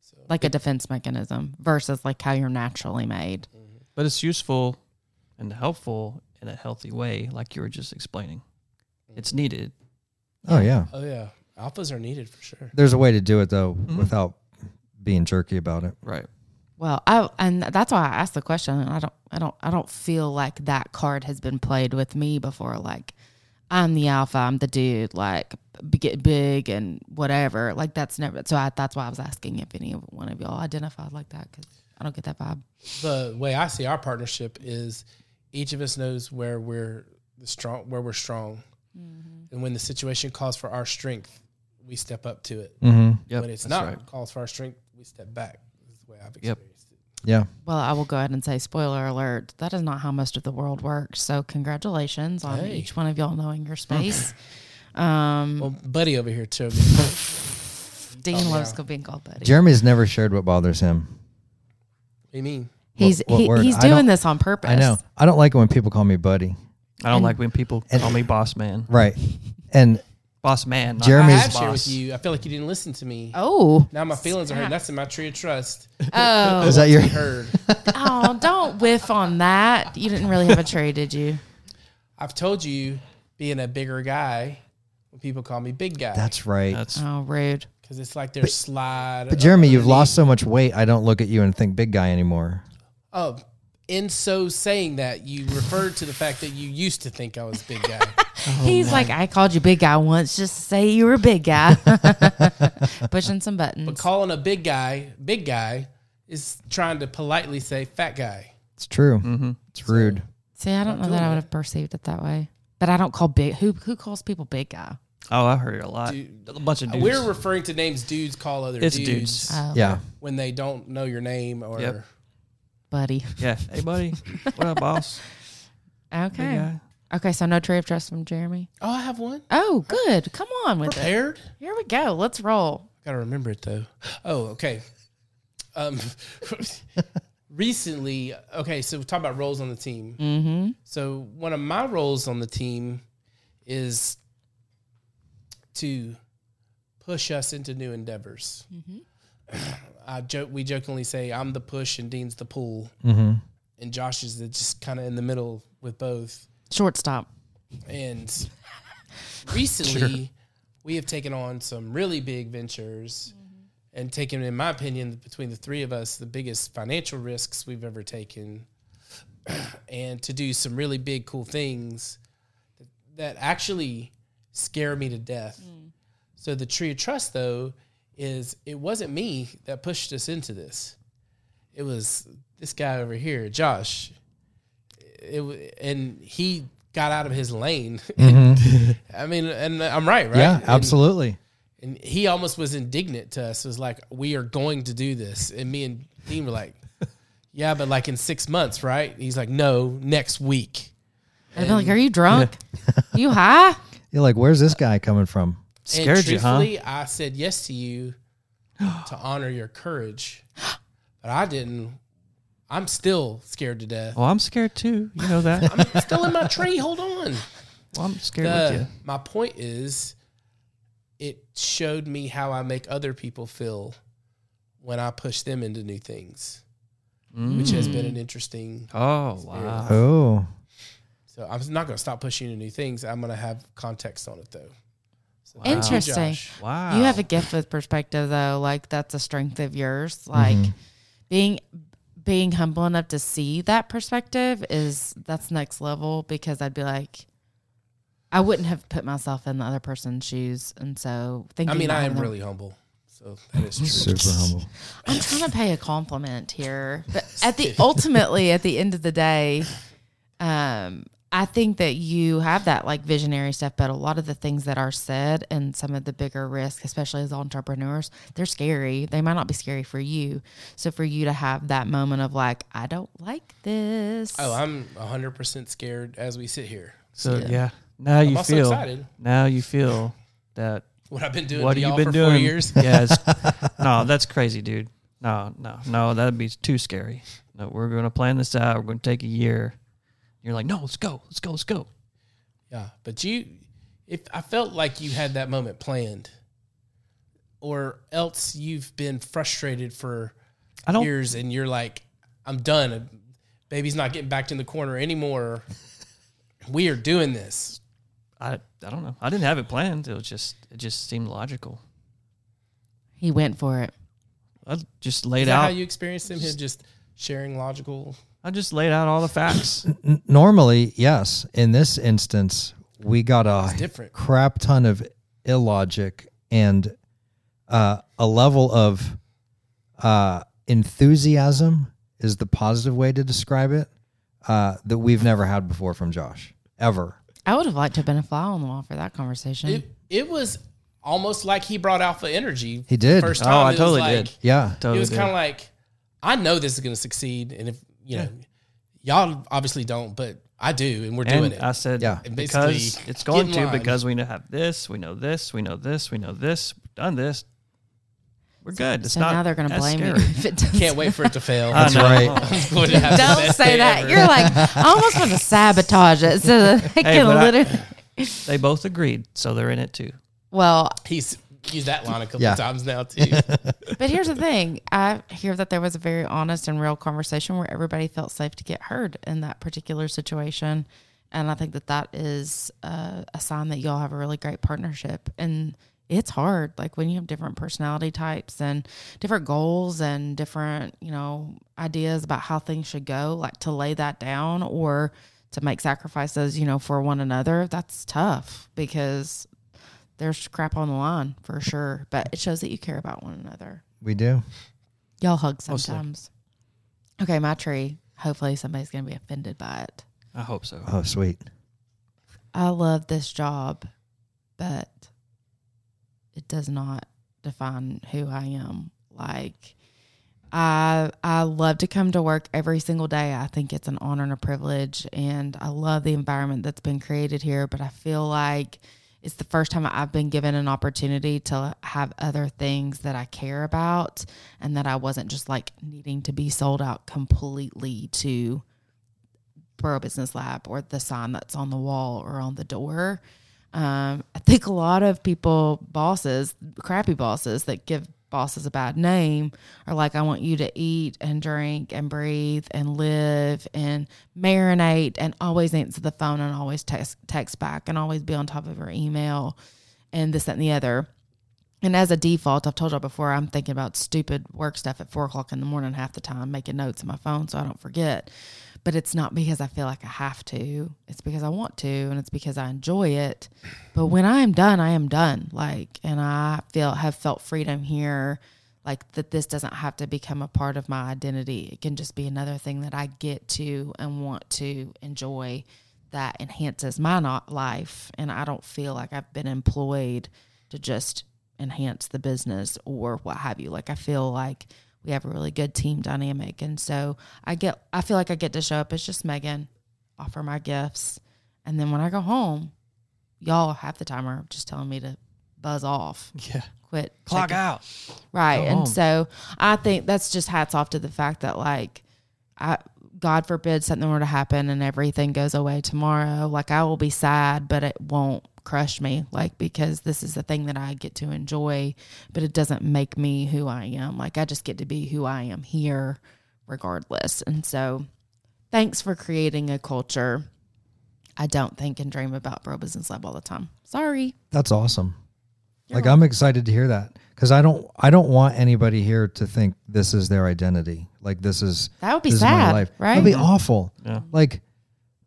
so Like a defense mechanism versus like how you're naturally made. Mm-hmm. But it's useful and helpful in a healthy way, like you were just explaining. It's needed. Oh yeah. oh yeah, alphas are needed for sure. There's a way to do it though Mm-hmm. without being jerky about it. Right. Well, I and that's why I asked the question. I don't, I don't, I don't feel like that card has been played with me before. Like, I'm the alpha, I'm the dude, like b- get big and whatever. Like that's never. So I, that's why I was asking if any of one of y'all identified like that because I don't get that vibe. The way I see our partnership is each of us knows where we're the strong where we're strong, Mm-hmm. and when the situation calls for our strength, we step up to it. Mm-hmm. Yep, when it's that's not right. calls for our strength, we step back. This is the way I've experienced it. Yeah. Well, I will go ahead and say spoiler alert. That is not how most of the world works. So congratulations on Hey. each one of y'all knowing your space. um, Well, buddy over here told me. Dean oh, loves yeah. being called buddy. Jeremy's never shared what bothers him. What do you mean? He's What- what he, word? he's I don't- doing this on purpose. I know. I don't like it when people call me buddy. I don't like when people call me boss man. Right. And Boss man. not I Jeremy's- have boss. shared with you. I feel like you didn't listen to me. Oh, Now my feelings are hurt. That's in my tree of trust. oh, is that your Heard. oh! Don't whiff on that. You didn't really have a tree, did you? I've told you, being a bigger guy, when people call me big guy, That's right. That's Oh, rude. because it's like their slide. But Jeremy, you've lost so much weight. I don't look at you and think big guy anymore. Oh, in so saying that, you referred to the fact that you used to think I was big guy. he's like, I called you big guy once just to say you were a big guy, pushing some but buttons. calling a big guy big guy is trying to politely say fat guy. It's true. Mm-hmm. It's rude. See, I don't know that I would have perceived it that way. But I don't call big. Who who calls people big guy? oh, I heard it a lot. a bunch of dudes. We're referring to names dudes call other it's dudes, dudes. Oh, Yeah. when they don't know your name or Yep. buddy. Yeah. Hey, buddy. what up, boss? Big Okay. guy. Okay. So no tree of trust from Jeremy. oh, I have one Oh, good. Come on with it. prepared. Here we go. Let's roll. Gotta remember it though. Oh, okay. Um, recently, okay, so we talk about roles on the team. Mm-hmm. So one of my roles on the team is to push us into new endeavors. I joke. We jokingly say I'm the push and Dean's the pull, Mm-hmm. and Josh is the- just kind of in the middle with both. Shortstop. And recently, we have taken on some really big ventures and taken, in my opinion, between the three of us, the biggest financial risks we've ever taken and to do some really big, cool things that actually scare me to death. So, the tree of trust, though, is it wasn't me that pushed us into this, it was this guy over here, Josh it w- and he got out of his lane. I mean, and I'm right, right? Yeah, And- absolutely. And, he almost was indignant to us. Was like, "We are going to do this," and me and Dean were like, "Yeah, but like in six months, right?" And he's like, "No, next week." I'd be like, are you drunk? you high? You're like, where's this guy coming from? Scared and you, huh? truthfully, I said yes to you to honor your courage, but I didn't. I'm still scared to death. Well, Oh, I'm scared too. You know that. I'm still in my tree. Hold on. well, I'm scared with The, you. Uh, my point is, it showed me how I make other people feel when I push them into new things, which has been Mm. an interesting. Oh, wow. Oh, So I'm not going to stop pushing into new things. I'm going to have context on it though. So Wow. thank you, Interesting. Josh. Wow. You have a gift with perspective though. Like that's a strength of yours. Like Mm-hmm. being being humble enough to see that perspective is that's next level because I'd be like I wouldn't have put myself in the other person's shoes. And so I thinking mean, about I am them- really humble. So that is true. super humble. I'm trying to pay a compliment here. But at the ultimately at the end of the day, um, I think that you have that like visionary stuff, but a lot of the things that are said and some of the bigger risks, especially as entrepreneurs, they're scary. They might not be scary for you. So for you to have that moment of like, I don't like this. Oh, I'm 100% scared as we sit here. So yeah. Now you I'm also feel. excited. Now you feel that. What I've been doing What to have y'all you been for doing? four years. Yeah. it's- no, that's crazy, dude. No, no, no. That'd be too scary. No, we're going to plan this out. We're going to take a year. You're like, no, let's go, let's go, let's go. Yeah, but you, if I felt like you had that moment planned, or else you've been frustrated for I don't- years, and you're like, I'm done. Baby's not getting back in the corner anymore. we are doing this. I I don't know. I didn't have it planned. It was just it just seemed logical. He went for it. I just laid Is that out. how you experienced him? Him just sharing logical. I just laid out all the facts. N- normally, yes. In this instance, we got It's a different. crap ton of illogic and uh, a level of uh, enthusiasm is the positive way to describe it uh, that we've never had before from Josh ever. I would have liked to have been a fly on the wall for that conversation. It it was almost like he brought alpha energy. He did. First Oh, time. I It was totally like- did. Yeah, Totally it was did. kind of like, I know this is going to succeed, and if you know, y'all obviously don't, but I do, and we're doing and it. I said, Yeah. And basically, because it's get in going to line. because we know have this, we know this, we know this, we know this, we've done this. We're good. It's so not now they're going to that blame scary. you if it doesn't. Can't wait for it to fail. I That's know. right. I'm going to have the Don't best say day that. ever. You're like, I almost want to sabotage it so that I can but I- literally. They both agreed, so they're in it too. well, He's used that line a couple Yeah. times now too. but here's the thing I hear that there was a very honest and real conversation where everybody felt safe to get heard in that particular situation. And I think that that is uh, a sign that y'all have a really great partnership. And it's hard, like when you have different personality types and different goals and different, you know, ideas about how things should go, like to lay that down or to make sacrifices, you know, for one another. That's tough because there's crap on the line for sure, but it shows that you care about one another. we do. Y'all hug Mostly. sometimes. Okay, my tree. Hopefully, somebody's going to be offended by it. I hope so. Oh, sweet. I love this job, but it does not define who I am. Like I I love to come to work every single day. I think it's an honor and a privilege and I love the environment that's been created here, but I feel like it's the first time I've been given an opportunity to have other things that I care about and that I wasn't just like needing to be sold out completely to Borough Business Lab or the sign that's on the wall or on the door. Um, I think a lot of people, bosses, crappy bosses that give bosses a bad name, are like, I want you to eat and drink and breathe and live and marinate and always answer the phone and always text, text back and always be on top of your email and this, that, and the other. And as a default, I've told y'all before, I'm thinking about stupid work stuff at four o'clock in the morning half the time, making notes on my phone so I don't forget. But it's not because I feel like I have to. It's because I want to and it's because I enjoy it. But when I am done, I am done. Like, and I feel have felt freedom here, like that this doesn't have to become a part of my identity. It can just be another thing that I get to and want to enjoy that enhances my not life. And I don't feel like I've been employed to just enhance the business or what have you. Like I feel like we have a really good team dynamic. And so I get I feel like I get to show up as just Megan, offer my gifts. And then when I go home, y'all half the time are just telling me to buzz off. Yeah. Quit Clock checking- out. Right. Go and home. so I think that's just hats off to the fact that like I God forbid something were to happen and everything goes away tomorrow. Like I will be sad, but it won't crush me. Like because this is the thing that I get to enjoy, but it doesn't make me who I am. Like I just get to be who I am here regardless. And so thanks for creating a culture I don't think and dream about Bro Business Lab all the time. Sorry. That's awesome. like I'm excited to hear that because I don't I don't want anybody here to think this is their identity. Like this is That would be this is my sad, life. right? That'd be awful. Yeah. Like,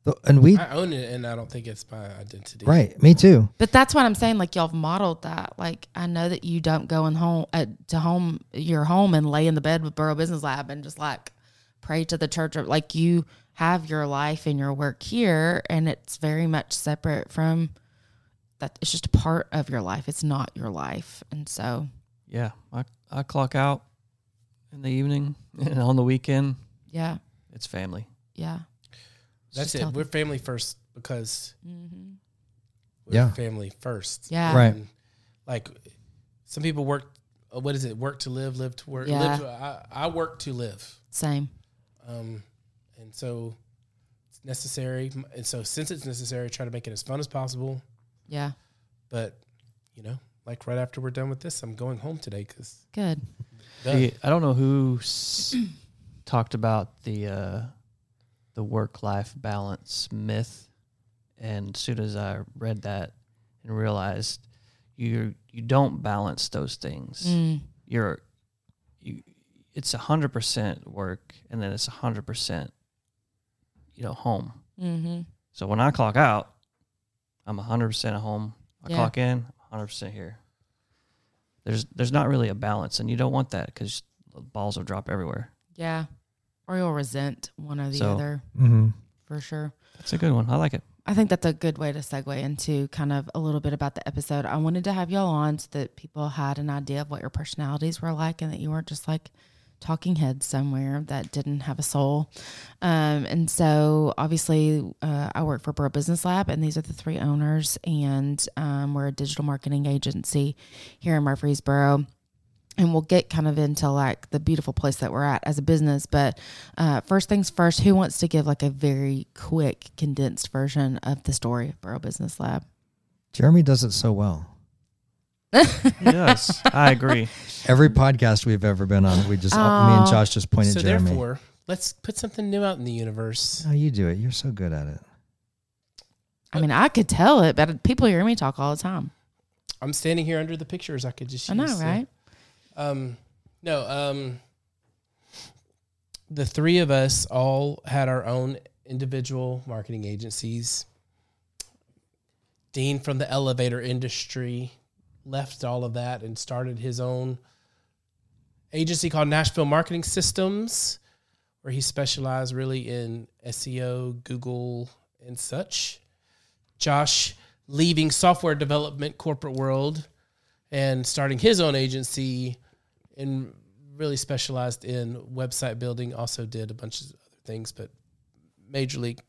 the, and we I own it, and I don't think it's my identity. right. Me too. But that's what I'm saying. Like y'all have modeled that. Like I know that you don't go in home uh, to home your home and lay in the bed with Borough Business Lab and just like pray to the church. Like you have your life and your work here, and it's very much separate from that. It's just a part of your life. It's not your life, and so Yeah. I, I clock out in the evening and on the weekend. yeah, It's family. yeah. It's That's just it. healthy. We're family first because Mhm. we're Mm-hmm. Yeah. family first. Yeah. Right. And, like some people work. uh, What is it? Work to live, live to work. Yeah. Live, I, I work to live. Same. Um, and so It's necessary, and so since it's necessary, try to make it as fun as possible. Yeah. But you know, like right after we're done with this, I'm going home today because Good. The- I don't know who s- talked about the uh, the work life balance myth, and as soon as I read that and realized you you don't balance those things. Mm. You're you it's hundred percent work, and then it's hundred percent you know home. Mm-hmm. So when I clock out, I'm 100% at home. I Yeah. clock in, 100% here. There's there's not really a balance, and you don't want that because balls will drop everywhere. Yeah. Or you'll resent one or the So- other Mm-hmm. for sure. That's a good one. I like it. I think that's a good way to segue into kind of a little bit about the episode. I wanted to have y'all on so that people had an idea of what your personalities were like and that you weren't just like talking heads somewhere that didn't have a soul. Um, and so, obviously, uh, I work for Bro Business Lab, and these are the three owners, and um, we're a digital marketing agency here in Murfreesboro. And we'll get kind of into like the beautiful place that we're at as a business. But uh, first things first, who wants to give like a very quick, condensed version of the story of Borough Business Lab? Jeremy does it so well. Yes, I agree. Every podcast we've ever been on, we just me and Aw. Josh just pointed so Jeremy. therefore, let's put something new out in the universe. No, you do it. You're so good at it. I mean, I could tell it, but people hear me talk all the time. I'm standing here under the pictures. I could just I know, use, so- right? Um, no, um, the three of us all had our own individual marketing agencies. Dean from the elevator industry left all of that and started his own agency called Nashville Marketing Systems, where he specialized really in SEO, Google, and such. Josh leaving software development corporate world and starting his own agency and really specialized in website building. Also did a bunch of other things, but majorly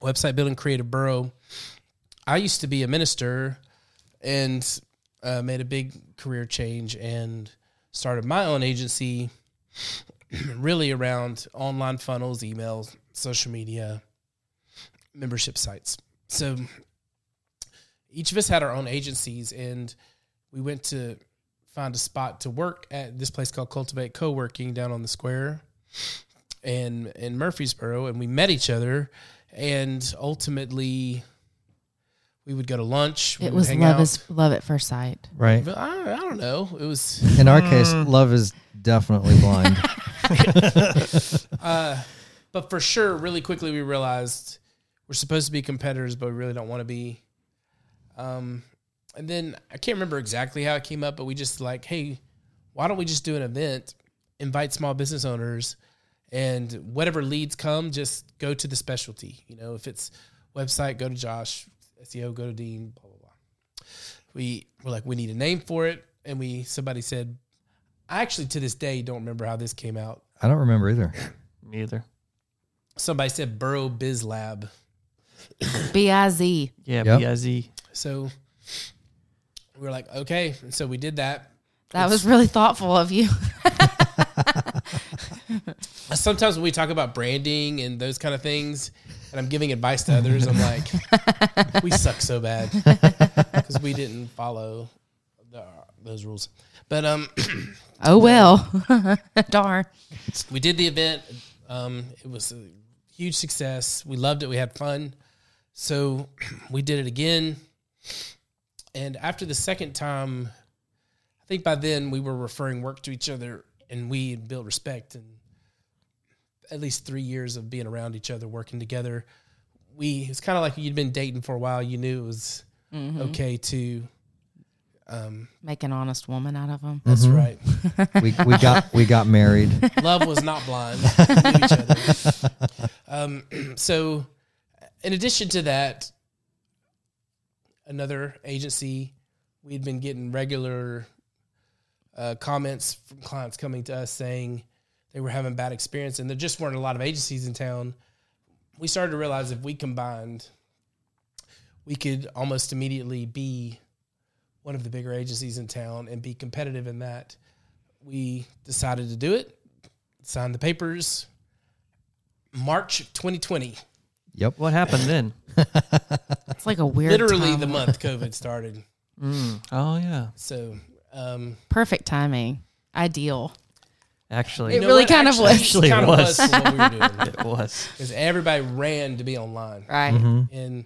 website building, creative borough. I used to be a minister and uh, made a big career change and started my own agency really around online funnels, emails, social media, membership sites. So each of us had our own agencies and we went to find a spot to work at this place called Cultivate Co-working down on the square and in Murfreesboro and we met each other and ultimately we would go to lunch. we It would was hang love out. is love at first sight. Right. But I, I don't know. It was In our case, Mm. love is definitely blind. uh, but for sure, really quickly we realized we're supposed to be competitors, but we really don't want to be. Um, and then I can't remember exactly how it came up, but we just like, hey, why don't we just do an event, invite small business owners, and whatever leads come, just go to the specialty. You know, if it's website, go to Josh. SEO, go to Dean. Blah blah blah. We were like, we need a name for it, and we somebody said, I actually to this day don't remember how this came out. I don't remember either. Me either. somebody said Burrow Biz Lab. B I Z. Yeah, Yep. B-I-Z. So we were like, okay. And so we did that. That was really thoughtful of you. Sometimes when we talk about branding and those kind of things, and I'm giving advice to others, I'm like, we suck so bad because we didn't follow the, those rules. But um, Oh well, darn. we did the event. Um, it was a huge success. We loved it. We had fun. So we did it again. And after the second time, I think by then we were referring work to each other and we had built respect. And at least three years of being around each other, working together, we, it's kind of like you'd been dating for a while. You knew it was okay to, um, Make an honest woman out of him. that's right. We, we got we got married. love was not blind. We knew each other. Um, so, in addition to that, another agency, we'd been getting regular uh, comments from clients coming to us saying they were having bad experience, and there just weren't a lot of agencies in town. We started to realize if we combined, we could almost immediately be one of the bigger agencies in town and be competitive in that. We decided to do it signed the papers March 2020. Yep. What happened then? It's like a weird Literally time- the month COVID started. Mm, oh yeah, So um, perfect timing. Ideal. actually, It know really what? kind of was. Actually, it kind was. of was what we were doing it was. because everybody ran to be online, Right. Mm-hmm. and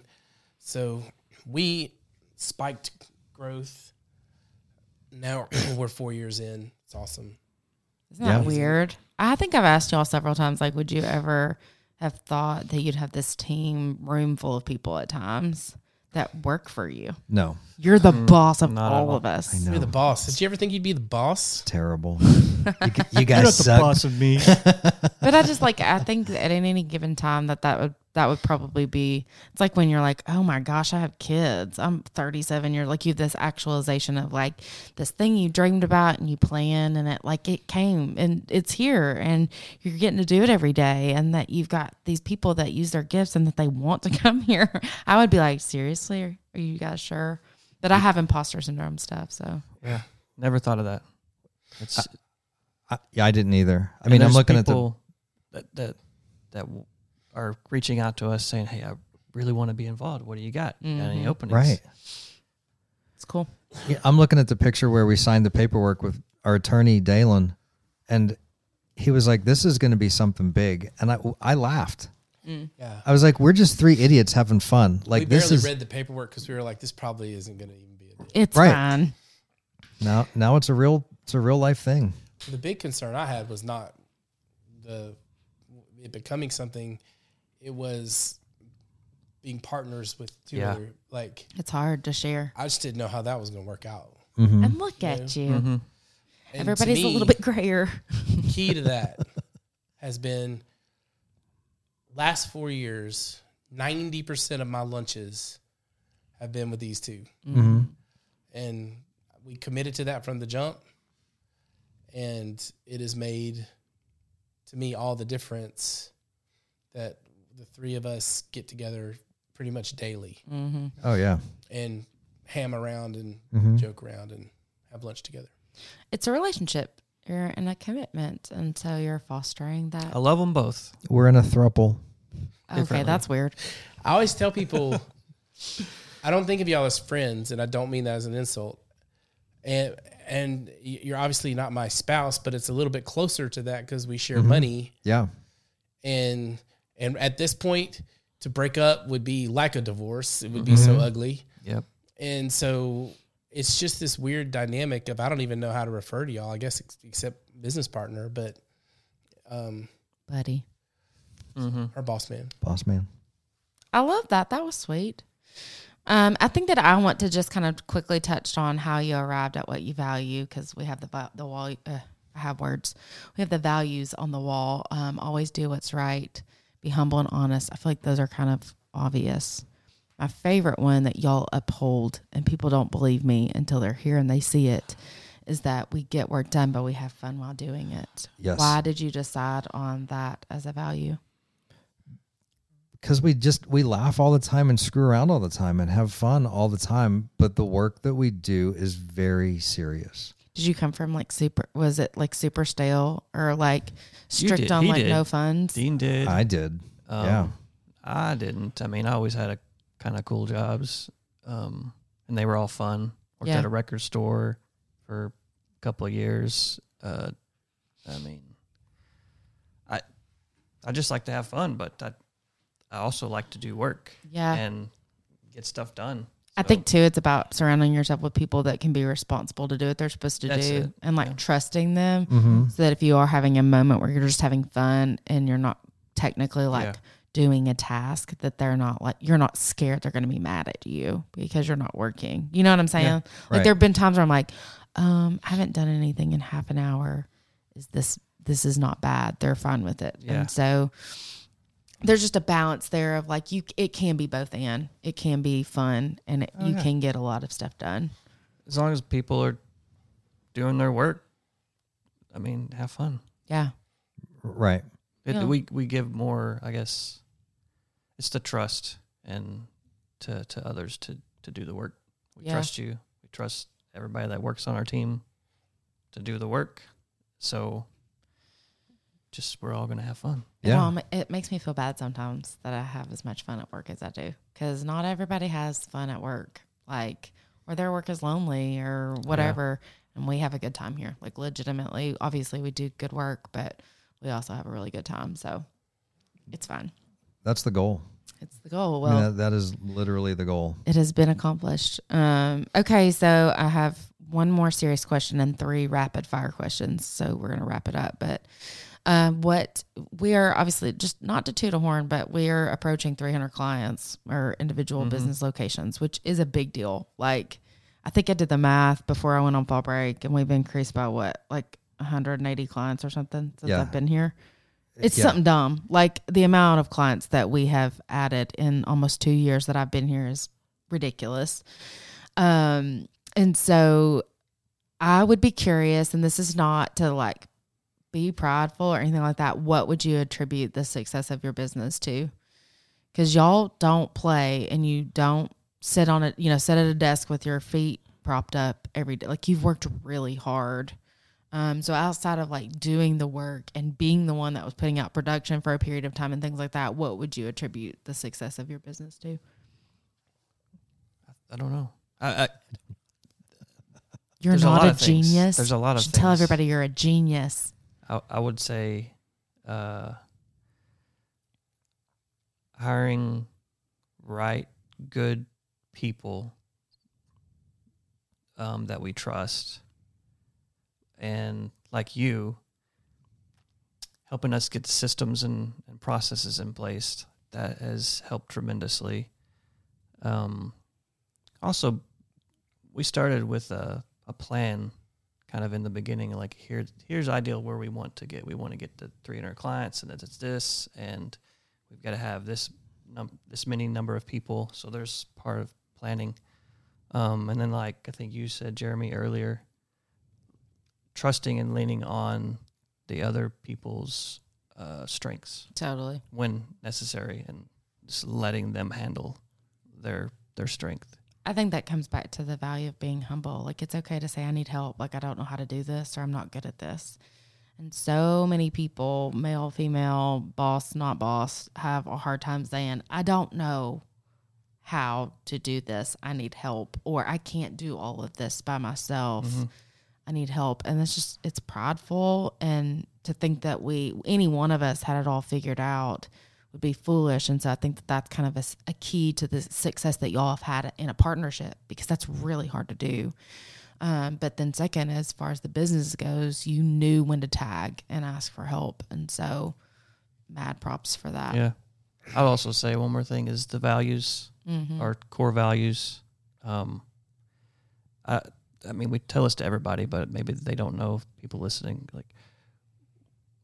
so we spiked growth. Now we're four years in. It's awesome. Isn't that Yeah. weird? I think I've asked y'all several times, like, would you ever have thought that you'd have this team room full of people at times that work for you? No, You're the boss of not at all all. of us. I know. You're the boss. Did you ever think you'd be the boss? terrible. you, g- you guys suck. of me. But I just like I think that at any given time that that would that would probably be it's like when you're like, "Oh my gosh, I have kids. I'm 37." You're like you have this actualization of like this thing you dreamed about and you planned and it like it came and it's here and you're getting to do it every day and that you've got these people that use their gifts and that they want to come here. I would be like, "Seriously? Are, are you guys sure?" That I have imposter syndrome stuff, so yeah, never thought of that. It's, I, yeah, I didn't either. I mean, I'm looking at the. at the that that that w- are reaching out to us saying, "Hey, I really want to be involved. What do you got? You Got any Mhm. openings?" Right. it's cool. Yeah, I'm looking at the picture where we signed the paperwork with our attorney Dalen, and he was like, "This is going to be something big," and I I laughed. Yeah. I was like, "We're just three idiots having fun." Like we this barely is read the paperwork because we were like, this probably isn't going to even be a deal. It's Right. fine. now now it's a real it's a real life thing. The big concern I had was not the it becoming something; it was being partners with two Yeah. other. Like It's hard to share. I just didn't know how that was going to work out. And look at you. And to Everybody's a me, little bit grayer. key to that has been last four years. Ninety percent of my lunches have been with these 2 and we committed to that from the jump, and it has made to me all the difference that the three of us get together pretty much daily Oh yeah, and ham around and joke around and have lunch together. It's a relationship. You're in a commitment, and so you're fostering that. I love them both. we're in a thruple. Okay, that's weird. I always tell people, I don't think of y'all as friends, and I don't mean that as an insult. And and y- you're obviously not my spouse, but it's a little bit closer to that because we share money. Yeah, And and at this point, to break up would be like a divorce. It would be so ugly. Yep. And so it's just this weird dynamic of I don't even know how to refer to y'all. I guess ex- except business partner, but um, Buddy. her boss man. boss man. I love that. That was sweet. Um, I think that I want to just kind of quickly touch on how you arrived at what you value because we have the va- the wall. Uh, I have words. We have the values on the wall. Um, always do what's right. Be humble and honest. I feel like those are kind of obvious. My favorite one that y'all uphold, and people don't believe me until they're here and they see it, is that we get work done, but we have fun while doing it. Yes. Why did you decide on that as a value? because we just we laugh all the time and screw around all the time and have fun all the time but the work that we do is very serious Did you come from like super? Was it like super stale or like You strict did. on He like did. no funds? Dean did. i did Um, yeah I didn't. I mean, I always had a kind of cool jobs, um, and they were all fun. Worked Yeah. at a record store for a couple of years. Uh, I mean, I I just like to have fun, but I I also like to do work Yeah. and get stuff done. I So, think too, it's about surrounding yourself with people that can be responsible to do what they're supposed to That's do it. and like Yeah. trusting them Mm-hmm. Mm-hmm. so that if you are having a moment where you're just having fun and you're not technically like Yeah. doing a task that they're not like you're not scared they're going to be mad at you because you're not working. You know what I'm saying? like Right. there've been times where I'm like um I haven't done anything in half an hour. Is this this is not bad. They're fine with it. Yeah. And so there's just a balance there of like you it can be both and it can be fun and it, you can get a lot of stuff done as long as people are doing their work, I mean, have fun. yeah right It, Yeah. We we give more, I guess. It's the trust and to to others to to do the work. We Yeah. trust you. We trust everybody that works on our team to do the work. So just we're all gonna have fun. Yeah. Well, it makes me feel bad sometimes that I have as much fun at work as I do because not everybody has fun at work, like, or their work is lonely or whatever. And we have a good time here, like, legitimately. Obviously, we do good work, but we also have a really good time. So it's fine. That's the goal. It's the goal. I mean, Well, that, that is literally the goal. it has been accomplished. Um, okay, so I have one more serious question and three rapid fire questions. So we're going to wrap it up. But um, what we are obviously just not to toot a horn, but we are approaching 300 clients or individual business locations, which is a big deal. Like, I think I did the math before I went on fall break, and we've increased by what, like 180 clients or something since Yeah. I've been here. It's Yeah. something dumb. Like the amount of clients that we have added in almost two years that I've been here is ridiculous. Um, and so I would be curious, and this is not to like be prideful or anything like that. What would you attribute the success of your business to? Because y'all don't play and you don't sit on it, you know, sit at a desk with your feet propped up every day. Like you've worked really hard. Um, so outside of like doing the work and being the one that was putting out production for a period of time and things like that, what would you attribute the success of your business to? I don't know. I, I You're There's a not lot a, of things. genius. There's a lot of You should tell things. everybody you're a genius. I, I would say uh, hiring right good people um, that we trust and like you helping us get systems and, and processes in place that has helped tremendously um, also we started with a, a plan kind of in the beginning, like here, here's ideal where we want to get. We want to get to 300 clients, and that it's this, and we've got to have this num- this many number of people. So there's part of planning, um, and then like I think you said, Jeremy earlier, trusting and leaning on the other people's uh, strengths Totally. when necessary, and just letting them handle their their strength. I think that comes back to the value of being humble. Like it's okay to say I need help, like I don't know how to do this or I'm not good at this. And so many people, male, female, boss, not boss, have a hard time saying, I don't know how to do this. I need help or I can't do all of this by myself. I need help. And it's just it's prideful and to think that we any one of us had it all figured out would be foolish. And so I think that that's kind of a, s- a key to the success that y'all have had in a partnership because that's really hard to do. Um, but then second, as far as the business goes, you knew when to tag and ask for help. And so mad props for that. Yeah. I'd also say one more thing is the values, Mm-hmm. Mm. our core values. Um, I, I mean, we tell this to everybody, but maybe they don't know people listening. Like,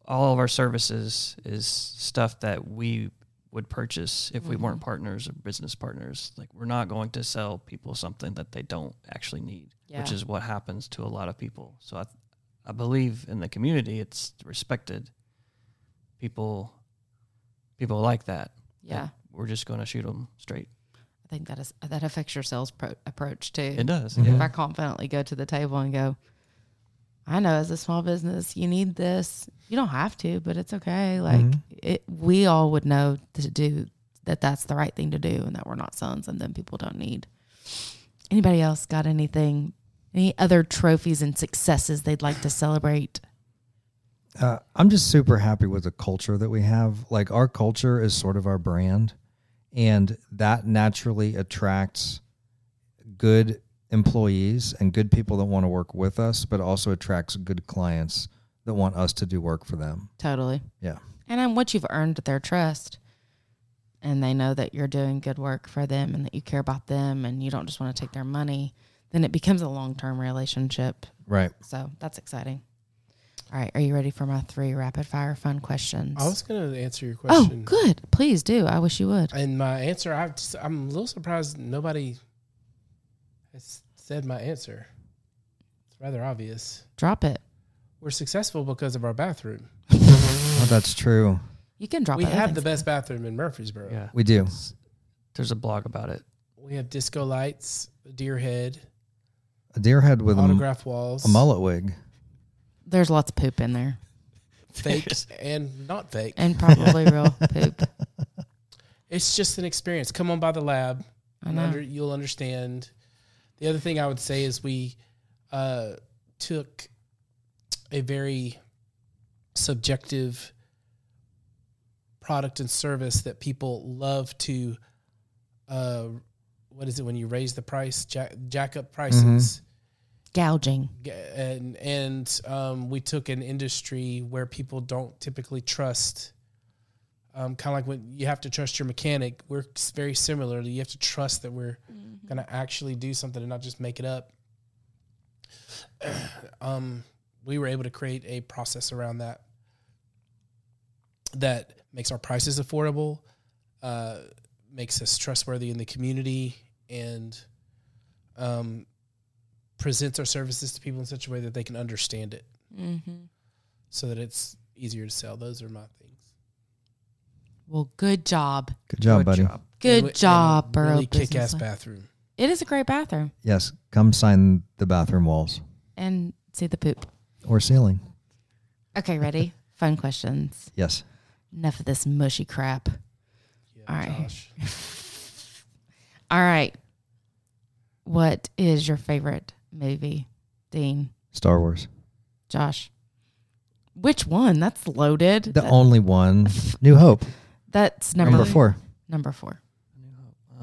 all of our services is stuff that we would purchase if we Mm. weren't partners or business partners. Like, we're not going to sell people something that they don't actually need, which Yeah. is what happens to a lot of people. So, I, I believe in the community, it's respected. People, people like that. Yeah. We're just going to shoot them straight. I think that is that affects your sales pro- approach too. It does. Mm-hmm. If I confidently go to the table and go, I know as a small business, you need this. You don't have to, but it's okay. Like it, we all would know to do that. That's the right thing to do, and that we're not selling something people don't need. Anybody else got anything? Any other trophies and successes they'd like to celebrate? Uh, I'm just super happy with the culture that we have. Like our culture is sort of our brand, and that naturally attracts good employees and good people that want to work with us, but also attracts good clients that want us to do work for them. Totally. Yeah. And then once you've earned their trust and they know that you're doing good work for them and that you care about them and you don't just want to take their money, then it becomes a long term relationship. Right. So that's exciting. All right. Are you ready for my three rapid fire fun questions? I was going to answer your oh, question. good. Please do. I wish you would. And my answer, I just, I'm a little surprised nobody has said my answer. It's rather obvious. Drop it. We're successful because of our bathroom. Well, Oh, that's true. You can drop we it. I have think the so. best bathroom in Murfreesboro. Yeah. We do. There's a blog about it. We have disco lights, deer head, A deer head with a, autograph walls. a mullet wig. There's lots of poop in there. fake and not fake. and probably real poop. It's just an experience. Come on by the lab. I and know. under, you'll understand. The other thing I would say is we uh, took a very subjective product and service that people love to. Uh, what is it when you raise the price, jack, jack up Mm-hmm. prices? Gouging. G- and and um, we took an industry where people don't typically trust. Um, kind of like when you have to trust your mechanic, we're s- very similar. You have to trust that we're going to actually do something and not just make it up. um, we were able to create a process around that that makes our prices affordable, uh, makes us trustworthy in the community, and um, presents our services to people in such a way that they can understand it Mm-hmm. so that it's easier to sell. Those are my things. Well, good job. Good job, buddy. And we- Good and a job, Burrow. Really kick Business ass Lab. bathroom. It is a great bathroom. Yes, come sign the bathroom walls And see the poop. or ceiling. Okay, ready? Fun questions. Yes. Enough of this mushy crap. Yeah, All right. Josh. All right. What is your favorite movie, Dean? Star Wars. Josh? Which one? That's loaded. The That- only one. New Hope. that's number, Number four. Number four.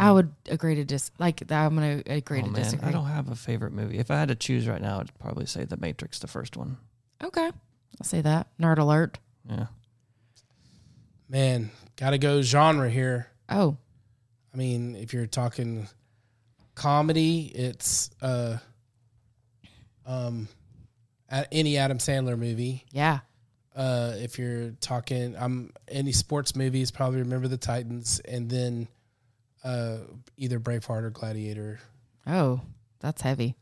I would agree to dis like I'm gonna agree Oh, to man, disagree. I don't have a favorite movie. If I had to choose right now, I'd probably say The Matrix, the first one. Okay. I'll say that. Nerd alert. Yeah. Man, gotta go genre here. Oh, I mean, if you're talking comedy, it's uh um a- any Adam Sandler movie. yeah. Uh if you're talking I'm any sports movies, probably remember the Titans and then uh either Braveheart or Gladiator. Oh, that's heavy.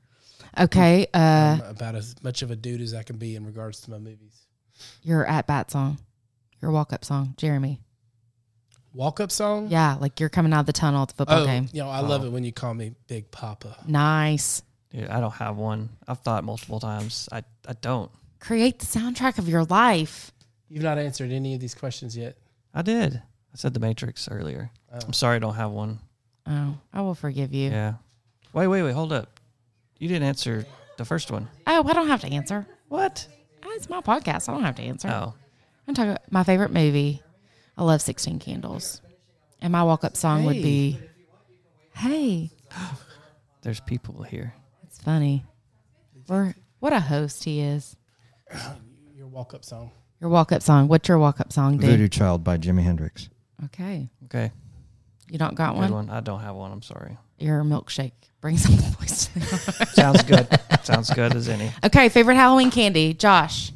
Okay. Uh I'm about as much of a dude as I can be in regards to my movies. your at bat song. Your walk up song, Jeremy. Walk up song? Yeah, like you're coming out of the tunnel at the football oh, game. you know, I love it when you call me Big Papa. Nice. Dude, I don't have one. I've thought multiple times. I, I don't. Create the soundtrack of your life. You've not answered any of these questions yet. I did. I said The Matrix earlier. Oh. I'm sorry I don't have one. Oh, I will forgive you. Yeah. Wait, wait, wait. Hold up. You didn't answer the first one. Oh, I don't have to answer. Ah, What? It's my podcast. I don't have to answer. Oh. I'm talking about my favorite movie. I love 16 Candles. And my walk up song would be Hey, There's people here. it's funny. We're, what a host he is. Your walk up song. Your walk up song. What's your walk up song, dude? Voodoo Child by Jimi Hendrix. Okay. Okay. You don't got Good one? one. I don't have one. I'm sorry. Your milkshake. Bring some voice to the Sounds good. Sounds good as any. Okay, favorite Halloween candy, Josh.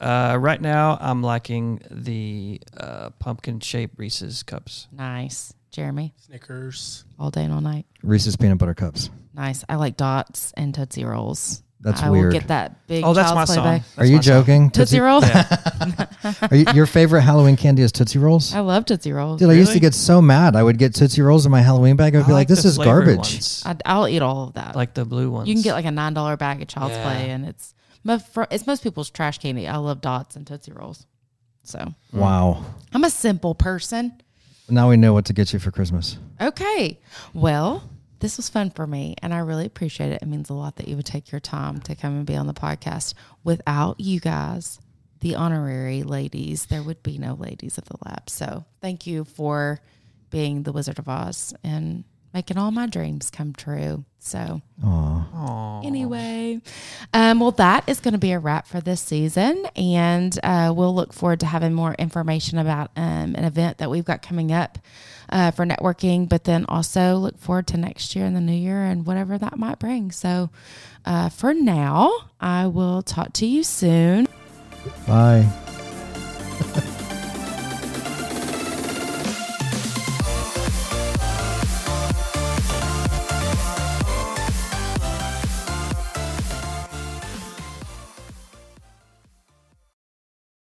Uh, right now, I'm liking the uh, pumpkin shaped Reese's cups. Nice. Jeremy. Snickers. All day and all night. Reese's Peanut Butter Cups. Nice. I like dots and Tootsie Rolls. That's I weird. will get that big. Oh, that's my Child's song. Play bag. That's Are you my song. joking? Tootsie Roll? Are you, your favorite Halloween candy is Tootsie Rolls? I love Tootsie Rolls. Dude, I used to Really? get so mad. I would get Tootsie Rolls in my Halloween bag. I would I be like, this the is flavored garbage. ones. I'd, I'll eat all of that. like the blue ones. you can get like a nine dollar bag of Child's Yeah. Play, and it's my fr- it's most people's trash candy. I love dots and Tootsie Rolls. So Wow. I'm a simple person. Now we know what to get you for Christmas. Okay, well, this was fun for me, and I really appreciate it. It means a lot that you would take your time to come and be on the podcast. Without you guys, the honorary ladies, there would be no ladies of the lab. So thank you for being the Wizard of Oz and making all my dreams come true. So. Aw. Anyway, um, well, that is going to be a wrap for this season, and uh, we'll look forward to having more information about um, an event that we've got coming up uh, for networking. But then also look forward to next year and the new year and whatever that might bring. So, uh, for now, I will talk to you soon. Bye.